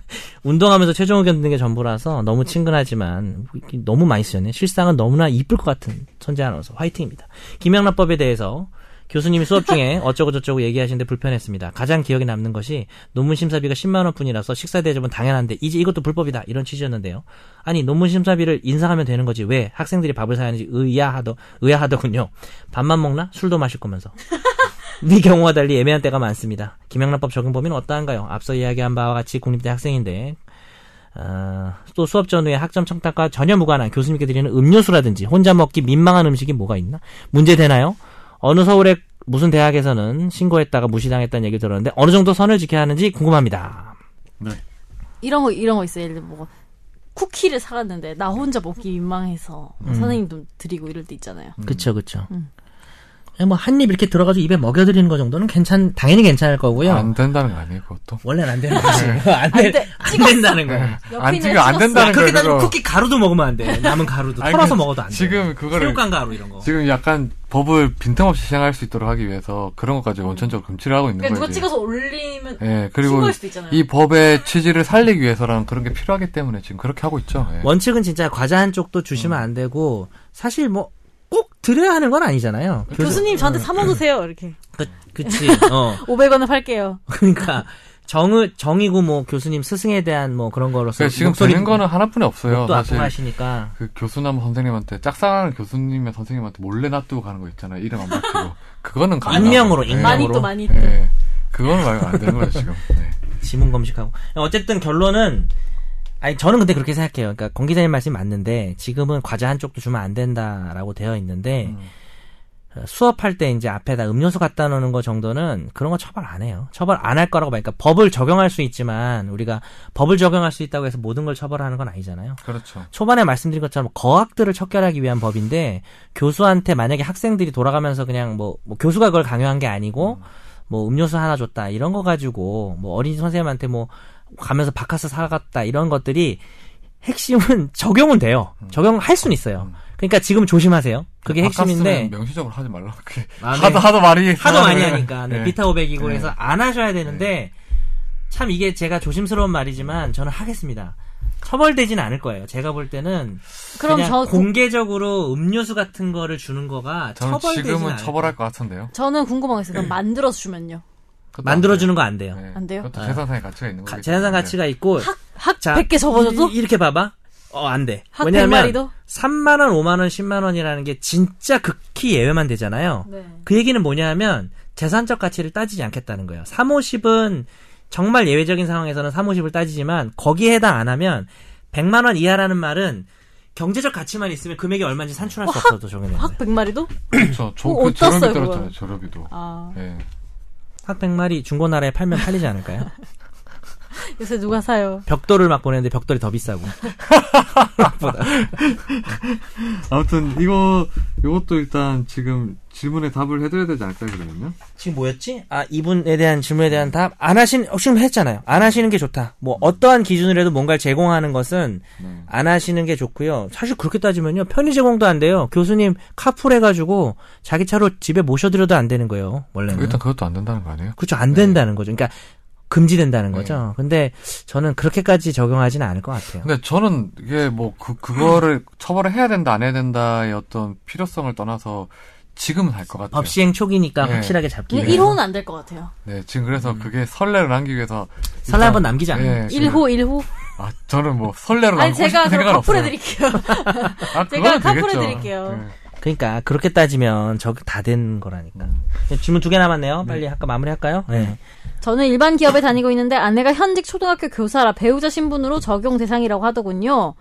B: 운동하면서 최종 의견 듣는 게 전부라서 너무 친근하지만 너무 많이 쓰셨네. 실상은 너무나 이쁠 것 같은 선재 아나운서 화이팅입니다. 김영란법에 대해서 교수님이 수업 중에 어쩌고저쩌고 얘기하시는데 불편했습니다. 가장 기억에 남는 것이 논문 심사비가 10만 원뿐이라서 식사 대접은 당연한데 이제 이것도 불법이다 이런 취지였는데요. 아니 논문 심사비를 인상하면 되는 거지 왜 학생들이 밥을 사야 하는지 의아하더 의아하더군요. 밥만 먹나 술도 마실 거면서. 네 경우와 달리 애매한 때가 많습니다. 김영란법 적용 범위는 어떠한가요? 앞서 이야기한 바와 같이 국립대 학생인데 어, 또 수업 전후에 학점 청탁과 전혀 무관한 교수님께 드리는 음료수라든지 혼자 먹기 민망한 음식이 뭐가 있나? 문제 되나요? 어느 서울의 무슨 대학에서는 신고했다가 무시당했다는 얘기를 들었는데 어느 정도 선을 지켜야 하는지 궁금합니다.
C: 이런 거, 이런 거 있어요. 예를 들어 뭐, 쿠키를 사갔는데, 나 혼자 먹기 민망해서,
A: 음.
C: 선생님도 드리고 이럴 때 있잖아요.
B: 그쵸 그쵸. 음. 뭐 한 입 이렇게 들어가지고 입에 먹여드리는 거 정도는 괜찮 당연히 괜찮을 거고요.
A: 안 된다는 거 아니에요 그것도?
B: 원래는 안 되는 거지.
A: 네.
B: 안,
C: 안 돼.
B: 돼, 안 된다는 거야. 아,
C: 옆에
A: 안
C: 있는
A: 찍으면 안
C: 찍었어.
A: 된다는 거예요.
B: 그렇게 따지면
A: 네. 그거.
B: 쿠키 가루도 먹으면 안 돼. 남은 가루도
A: 네. 아니,
B: 털어서
A: 그-
B: 먹어도 안 돼.
A: 지금 그거를-
B: 새우깡 가루 이런 거.
A: 지금 약간 법을 빈틈없이 시행할 수 있도록 하기 위해서 그런 것까지 원천적으로 금지를 하고 있는
C: 그러니까 누가
A: 거지.
C: 찍어서 올리면,
A: 예, 그리고
C: 신고할 수도 있잖아요.
A: 이 법의 취지를 살리기 위해서라는 그런 게 필요하기 때문에 지금 그렇게 하고 있죠. 예.
B: 원칙은 진짜 과자 한 쪽도
A: 음.
B: 주시면 안 되고 사실 뭐 꼭 드려야 하는 건 아니잖아요.
A: 그렇죠.
B: 교수-
C: 교수님
A: 네,
C: 저한테 사먹으세요. 이렇게.
B: 그, 그치. 어.
C: 500원을 팔게요.
B: 그러니까 정의 정이고 뭐 교수님 스승에 대한 뭐 그런 거로서
A: 그러니까 지금
B: 목소리
A: 되는 거는 하나뿐이 없어요.
B: 목도
A: 사실
B: 아프하시니까
A: 그 교수나 뭐 선생님한테 짝사랑하는 교수님의 선생님한테 몰래 놔두고 가는 거 있잖아요. 이름 안 밝히고 그거는 가능하고.
B: 익명으로,
A: 예,
B: 익명으로.
C: 많이 또 많이 또.
A: 예. 그거는 말안 되는 거예요 지금. 네.
B: 지문 검식하고 어쨌든 결론은 아니 저는 근데 그렇게 생각해요. 그러니까 권 기자님 말씀이 맞는데 지금은 과자 한 쪽도 주면 안 된다라고 되어 있는데 어, 수업할 때 이제 앞에다 음료수 갖다 놓는 거 정도는 그런 거 처벌 안 해요. 처벌 안 할 거라고 봐요. 그러니까 법을 적용할 수 있지만 우리가 법을 적용할 수 있다고 해서 모든 걸 처벌하는 건 아니잖아요.
A: 그렇죠.
B: 초반에 말씀드린 것처럼 거학들을 척결하기 위한 법인데 교수한테 만약에 학생들이 돌아가면서 그냥 뭐, 뭐 교수가 그걸 강요한 게 아니고 뭐 음료수 하나 줬다 이런 거 가지고 뭐 어린 이 선생님한테 뭐 가면서 바카스 사갔다 이런 것들이 핵심은 적용은 돼요. 적용할 수는 있어요. 그러니까 지금 조심하세요. 그게 핵심인데
A: 음. 바카스는 명시적으로 하지 말라. 그게
B: 아, 네.
A: 하도 하도 말이
B: 하도 많이
A: 사람을-
B: 하니까 네,
A: 예.
B: 비타 500이고 해서 안 하셔야 되는데 참 이게 제가 조심스러운 말이지만 저는 하겠습니다. 처벌되진 않을 거예요. 제가 볼 때는
C: 그럼
B: 그냥
C: 저,
B: 공개적으로 음료수 같은 거를 주는 거가
A: 저는
B: 처벌되지
A: 지금은
B: 않아요.
A: 처벌할 것 같은데요.
C: 저는 궁금한 게 있어요. 그럼 만들어서 주면요.
A: 그것도
B: 만들어
A: 안 돼요.
B: 주는 거 안 돼요. 아.
A: 네.
C: 안 돼요?
A: 그것도 재산상의 가치가 있는 거죠. 예.
B: 가- 재산 가치가 있고
C: 학, 학
B: 자,
C: 100개
B: 이-
C: 적어줘도?
B: 이렇게 봐봐. 어, 안 돼.
C: 학
B: 왜냐면
C: 100마리도?
B: 3만 원, 5만 원, 10만 원이라는 게 진짜 극히 예외만 되잖아요.
C: 네.
B: 그 얘기는 뭐냐면 재산적 가치를 따지지 않겠다는 거예요. 350은 정말 예외적인 상황에서는 350을 따지지만 거기에 해당 안 하면 100만 원 이하라는 말은
E: 경제적 가치만 있으면 금액이 얼마인지 산출할 수
C: 확-
E: 없어도 정해내요.
C: 확 100마리도?
A: 그렇죠. 저,
C: 어,
A: 그 저렴이
C: 어땠어요,
A: 떨었잖아요.
C: 그건?
A: 저렴이도.
C: 아,
A: 예.
B: 학 100마리 중고나라에 팔면 팔리지 않을까요?
C: 요새 누가 사요?
B: 벽돌을 막 보내는데 벽돌이 더 비싸고.
A: 아무튼 이거 이것도 일단 지금 질문에 답을 해드려야 되지 않을까요 그러면요?
B: 지금 뭐였지? 아, 이분에 대한 질문에 대한 답. 안 하신, 어, 지금 했잖아요. 안 하시는 게 좋다. 뭐, 어떠한 기준으로 해도 뭔가를 제공하는 것은
A: 네.
B: 안 하시는 게 좋고요. 사실 그렇게 따지면요. 편의 제공도 안 돼요. 교수님 카풀 해가지고 자기 차로 집에 모셔드려도 안 되는 거예요. 원래는.
A: 어, 일단 그것도 안 된다는 거 아니에요?
B: 그렇죠. 안 된다는 거죠. 그러니까
A: 네.
B: 금지된다는 거죠. 근데 저는 그렇게까지 적용하지는 않을 것 같아요.
A: 근데 그러니까 저는 이게 뭐 그 그거를 처벌을 해야 된다 안 해야 된다의 어떤 필요성을 떠나서 지금은 할 것 같아요.
B: 법 시행 초기니까
A: 네.
B: 확실하게 잡기
C: 근데
B: 위해서.
C: 1호는 안 될 것 같아요.
A: 네, 지금 그래서 그게 설레를 남기기 위해서
B: 음. 설날 한번
A: 일단-
B: 남기자.
A: 예, 지금-
C: 1호, 1호.
A: 아, 저는 뭐 설레를
C: 아니,
A: 남기고
C: 제가 그럼
A: 생각은
C: 커플
A: 없어요.
C: 해드릴게요.
A: 아,
C: 제가
A: 그거는
C: 카풀
A: 되겠죠.
C: 해드릴게요.
A: 네.
B: 그러니까 그렇게 따지면 적 다 된 거라니까. 질문 두 개 남았네요. 빨리 아까 마무리할까요? 네.
C: 저는 일반 기업에 다니고 있는데 아내가 현직 초등학교 교사라 배우자 신분으로 적용 대상이라고 하더군요.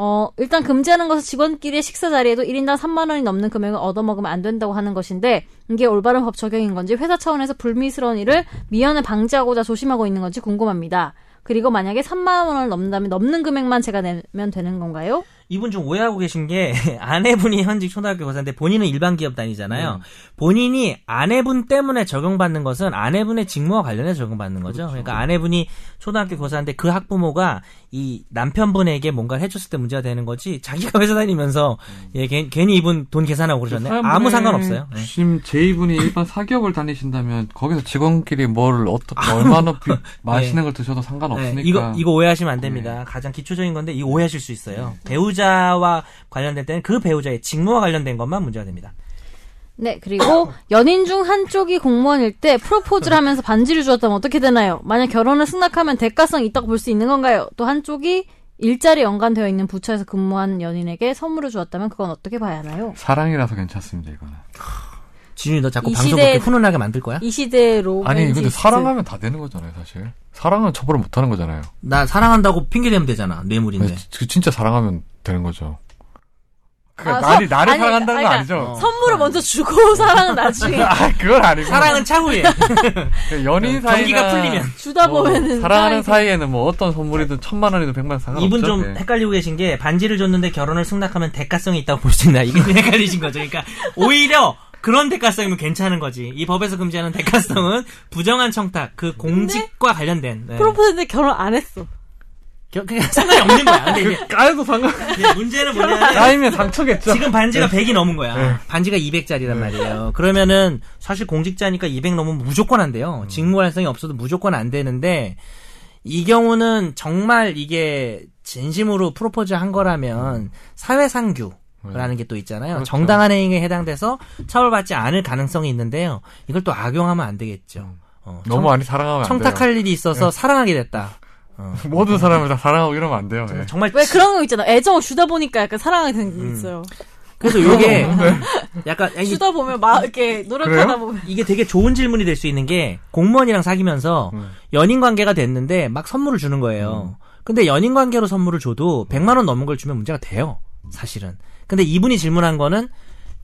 C: 어, 일단 금지하는 것은 직원끼리의 식사 자리에도 1인당 3만 원이 넘는 금액을 얻어먹으면 안 된다고 하는 것인데 이게 올바른 법 적용인 건지 회사 차원에서 불미스러운 일을 미연에 방지하고자 조심하고 있는 건지 궁금합니다. 그리고 만약에 3만 원을 넘는다면 넘는 금액만 제가 내면 되는 건가요?
B: 이분 좀 오해하고 계신 게 아내분이 현직 초등학교 교사인데 본인은 일반 기업 다니잖아요. 본인이 아내분 때문에 적용받는 것은 아내분의 직무와 관련해서 적용받는 거죠. 그러니까 아내분이 초등학교 교사인데 그 학부모가 이 남편분에게 뭔가를 해줬을 때 문제가 되는 거지 자기가 회사 다니면서 예, 괜- 괜히 이분 돈 계산하고 그러셨네. 요 아무 상관없어요. 네.
A: 지금 제이분이 일반 사기업을 다니신다면 거기서 직원끼리 뭘 어떻게 얼마나 비- 맛있는 걸 드셔도 상관없으니까.
B: 아,
A: 네.
B: 네, 이거 이거 오해하시면 안 됩니다. 가장 기초적인 건데 이거 오해하실 수 있어요. 배우자와 관련될 때는 그 배우자의 직무와 관련된 것만 문제가 됩니다.
C: 네, 그리고 연인 중 한쪽이 공무원일 때 프로포즈를 하면서 반지를 주었다면 어떻게 되나요? 만약 결혼을 승낙하면 대가성이 있다고 볼 수 있는 건가요? 또 한쪽이 일자리 연관되어 있는 부처에서 근무한 연인에게 선물을 주었다면 그건 어떻게 봐야 하나요?
A: 사랑이라서 괜찮습니다 이거는.
B: 지준이 너 자꾸
C: 이
B: 방송
C: 시대에-
B: 그렇게 훈훈하게 만들 거야?
C: 네, 이 시대의 로맨티스트.
A: 아니 근데 사랑하면 다 되는 거잖아요 사실. 사랑은 처벌을 못 하는 거잖아요.
B: 나 사랑한다고 핑계 대면 되잖아. 뇌물인데.
A: 그 진짜 사랑하면 되는 거죠. 그
C: 아,
A: 나를
C: 서-
A: 나를
C: 아니,
A: 사랑한다는 어. 거
C: 아니,
A: 아니죠?
C: 선물을 먼저 주고 사랑은 나중에
A: 아 그건 아니고.
B: 사랑은 차후에
A: 그 연인 사이나
B: 경기가 풀리면.
C: 주다
A: 뭐
C: 보면은
A: 사랑하는
C: 사랑이-
A: 사이에는 뭐 어떤 선물이든 천만 원이든 백만 원 상관없죠.
B: 이분 좀
A: 예.
B: 헷갈리고 계신 게 반지를 줬는데 결혼을 승낙하면 대가성이 있다고 볼 수 있나 이게 헷갈리신 거죠. 그러니까 오히려 그런 대가성이면 괜찮은 거지. 이 법에서 금지하는 대가성은 부정한 청탁, 그 공직과 관련된. 네.
C: 프로포즈인데 결혼 안 했어.
B: 겨- 그냥 상관이 없는 거야. 근데 이게
A: 까여도 상관.
B: 이제 문제는 뭐냐면
A: 까이면 상처겠죠.
B: 지금 반지가
A: 네.
B: 100이 넘은 거야. 반지가 200짜리란 말이에요. 그러면은 사실 공직자니까 200 넘으면 무조건 안 돼요.
A: 음.
B: 직무 활성이 없어도 무조건 안 되는데 이 경우는 정말 이게 진심으로 프로포즈 한 거라면 사회상규 라는 게 또 있잖아요.
A: 음. 그렇죠.
B: 정당한 행위에 해당돼서 처벌받지 않을 가능성이 있는데요. 이걸 또 악용하면 안 되겠죠. 어,
A: 음. 너무 많이 사랑하면 안 돼요. 네.
B: 청탁할 일이 있어서 사랑하게 됐다.
A: 모든 사람을 다 사랑하고 이러면 안 돼요. 예.
B: 정말
C: 왜 그런 거 있잖아. 애정을 주다 보니까 약간 사랑이 되는
A: 음.
C: 게 있어요.
B: 그래서 요게
A: 네.
B: 약간 이게
C: 주다 보면 막 이렇게 노력하다
A: 그래요?
C: 보면
B: 이게 되게 좋은 질문이 될 수 있는 게 공무원이랑 사귀면서 연인 관계가 됐는데 막 선물을 주는 거예요. 근데 연인 관계로 선물을 줘도 100만 원 넘은 걸 주면 문제가 돼요. 사실은. 근데 이분이 질문한 거는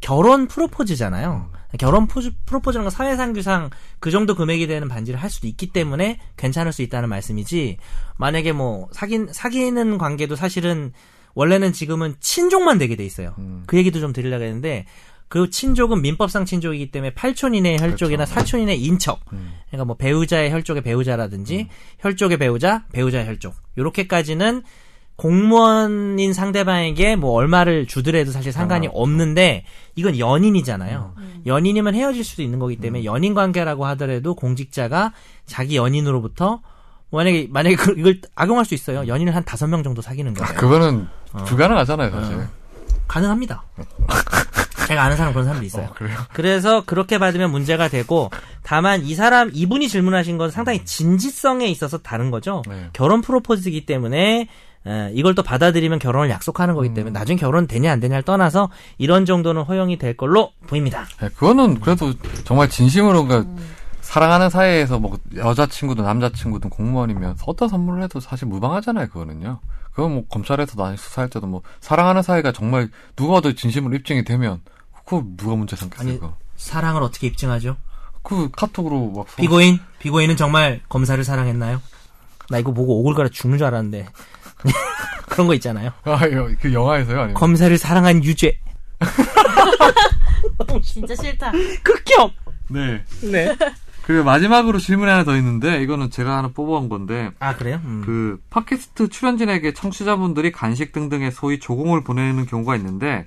B: 결혼 프로포즈잖아요. 결혼 포즈, 프로포즈라는 건 사회상규상 그 정도 금액이 되는 반지를 할 수도 있기 때문에 괜찮을 수 있다는 말씀이지 만약에 뭐 사귄 사귀는 관계도 사실은 원래는 지금은 친족만 되게 돼 있어요. 그 얘기도 좀 드리려고 했는데 그 친족은 민법상 친족이기 때문에 8촌 이내의 혈족이나
A: 그렇죠.
B: 사 4촌 이내 인척.
A: 음.
B: 그러니까 뭐 배우자의 혈족의 배우자라든지 혈족의 배우자, 배우자의 혈족. 요렇게까지는 공무원인 상대방에게 뭐 얼마를 주더라도 사실
A: 아.
B: 상관이 없는데 이건
A: 음.
B: 연인이잖아요. 연인이면 헤어질 수도 있는 거기 때문에 연인 관계라고 하더라도 공직자가 자기 연인으로부터 만약에 만약에 그- 이걸 악용할 수 있어요. 연인을 한 다섯 명 정도 사귀는
A: 아.
B: 거예요.
A: 그거는 불가능하잖아요, 사실.
B: 가능합니다. 제가 아는 사람 그런 사람도 있어요.
A: 어, 그래요?
B: 그래서 그렇게 받으면 문제가 되고 다만 이 사람 이분이 질문하신 건 상당히 진지성에 있어서 다른 거죠.
A: 네.
B: 결혼 프로포즈이기 때문에 에, 이걸 또 받아들이면 결혼을 약속하는 거기 때문에 나중에 결혼 되냐 안 되냐를 떠나서 이런 정도는 허용이 될 걸로 보입니다.
A: 예, 그거는 그래도 정말 진심으로 그러니까 사랑하는 사이에서 뭐 여자친구든 남자친구든 공무원이면 어떤 선물을 해도 사실 무방하잖아요, 그거는요. 그건 뭐 검찰에서 나중에 수사할 때도 뭐 사랑하는 사이가 정말 누가 더 진심으로 입증이 되면 그거 누가 문제 삼겠어요?
B: 아니,
A: 그거.
B: 사랑을 어떻게 입증하죠?
A: 그 카톡으로 막 소-
B: 피고인? 피고인은 정말 검사를 사랑했나요?
F: 나 이거 보고 오글거려 죽는 줄 알았는데 그런 거 있잖아요.
A: 아, 여- 그 영화에서요? 아니면
B: 검사를 사랑한 유죄.
C: 진짜 싫다.
A: 음.
B: 극혐!
A: 네.
B: 네.
A: 그리고 마지막으로 질문 하나 더 있는데 이거는 제가 하나 뽑아온 건데
B: 아, 그래요? 음.
A: 그 팟캐스트 출연진에게 청취자분들이 간식 등등의 소위 조공을 보내는 경우가 있는데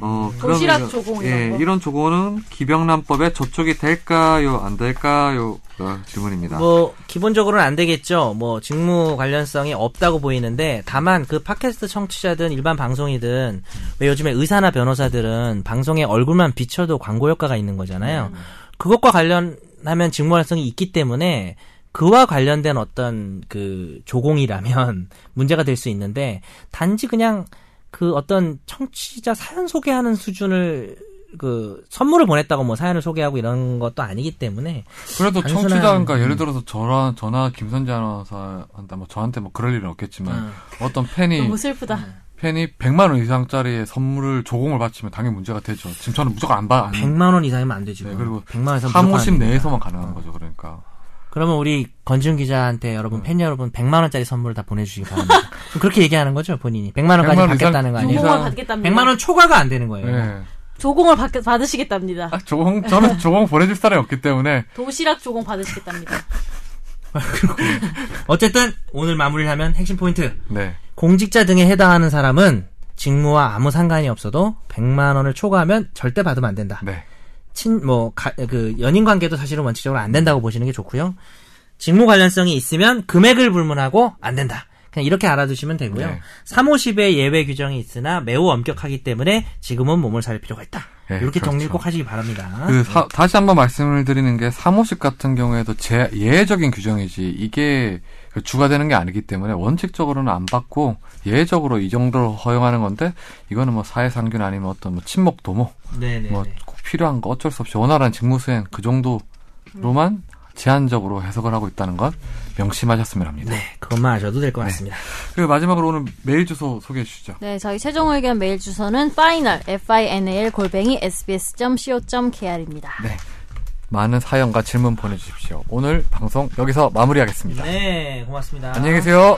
A: 어, 그런
C: 도시락
A: 의견-
C: 조공 이런
A: 예,
C: 거?
A: 이런 조공은 기병란법에 저촉이 될까요? 안 될까요? 가 질문입니다.
B: 뭐 기본적으로는 안 되겠죠. 뭐 직무 관련성이 없다고 보이는데 다만 그 팟캐스트 청취자든 일반 방송이든 왜 요즘에 의사나 변호사들은 방송에 얼굴만 비춰도 광고 효과가 있는 거잖아요.
A: 음.
B: 그것과 관련하면 직무 관련성이 있기 때문에 그와 관련된 어떤 그 조공이라면 문제가 될 수 있는데 단지 그냥 그 어떤 청취자 사연 소개하는 수준을 그 선물을 보냈다고 뭐 사연을 소개하고 이런 것도 아니기 때문에
A: 그래도
B: 단순한- 음.
A: 청취자니까 예를 들어서 저라 전화 김선재 아나운서한테 뭐 저한테 뭐 그럴 일은 없겠지만
B: 네.
A: 어떤 팬이
C: 너무 슬프다.
A: 팬이 100만 원 이상짜리의 선물을 조공을 받치면 당연히 문제가 되죠. 지금 저는 무조건 안 봐. 안
B: 100만 원 이상이면 안 되지.
A: 네,
B: 그건.
A: 그리고
B: 100만 원 이상
A: 사무실
B: 무조건 안 됩니다.
A: 내에서만 가능한 거죠. 그러니까.
B: 그러면 우리 건준 기자한테 여러분
A: 네.
B: 팬 여러분 100만 원짜리 선물을 다 보내주시기 바랍니다. 그럼 그렇게 얘기하는 거죠 본인이 100만 원까지
A: 100만
B: 받겠다는 거
A: 이상-
B: 아니에요?
A: 이상-
C: 조공을 받겠답니다.
B: 100만 원 초과가 안 되는 거예요.
A: 예.
C: 조공을 받, 받으시겠답니다.
A: 아, 조공 저는 조공 보내줄 사람이 없기 때문에
C: 도시락 조공 받으시겠답니다.
B: 어쨌든 오늘 마무리를 하면 핵심 포인트
A: 네.
B: 공직자 등에 해당하는 사람은 직무와 아무 상관이 없어도 100만 원을 초과하면 절대 받으면 안 된다.
A: 네.
B: 친 뭐 그 연인 관계도 사실은 원칙적으로 안 된다고 보시는 게 좋고요. 직무 관련성이 있으면 금액을 불문하고 안 된다. 그냥 이렇게 알아두시면 되고요.
A: 네.
B: 350의 예외 규정이 있으나 매우 엄격하기 때문에 지금은 몸을 살 필요가 있다.
A: 네,
B: 이렇게 정리
A: 그렇죠.
B: 꼭 하시기 바랍니다.
A: 그 사- 다시 한번 말씀을 드리는 게 사무실 같은 경우에도 제 예외적인 규정이지 이게 그 주가 되는 게 아니기 때문에 원칙적으로는 안 받고 예외적으로 이 정도로 허용하는 건데 이거는 뭐 사회상규나 아니면 어떤 뭐 친목 도모
B: 네네.
A: 뭐 꼭 필요한 거 어쩔 수 없이 원활한 직무 수행 그 정도로만 제한적으로 해석을 하고 있다는 건 명심하셨으면 합니다.
B: 네, 그것만 아셔도 될 것 같습니다.
A: 그리고 마지막으로 오늘 메일 주소 소개해 주시죠.
C: 네, 저희 최종 의견 메일 주소는 final final 골뱅이 sbs.co.kr입니다.
A: 많은 사연과 질문 보내주십시오. 오늘 방송 여기서 마무리하겠습니다.
B: 네, 고맙습니다.
A: 안녕히 계세요.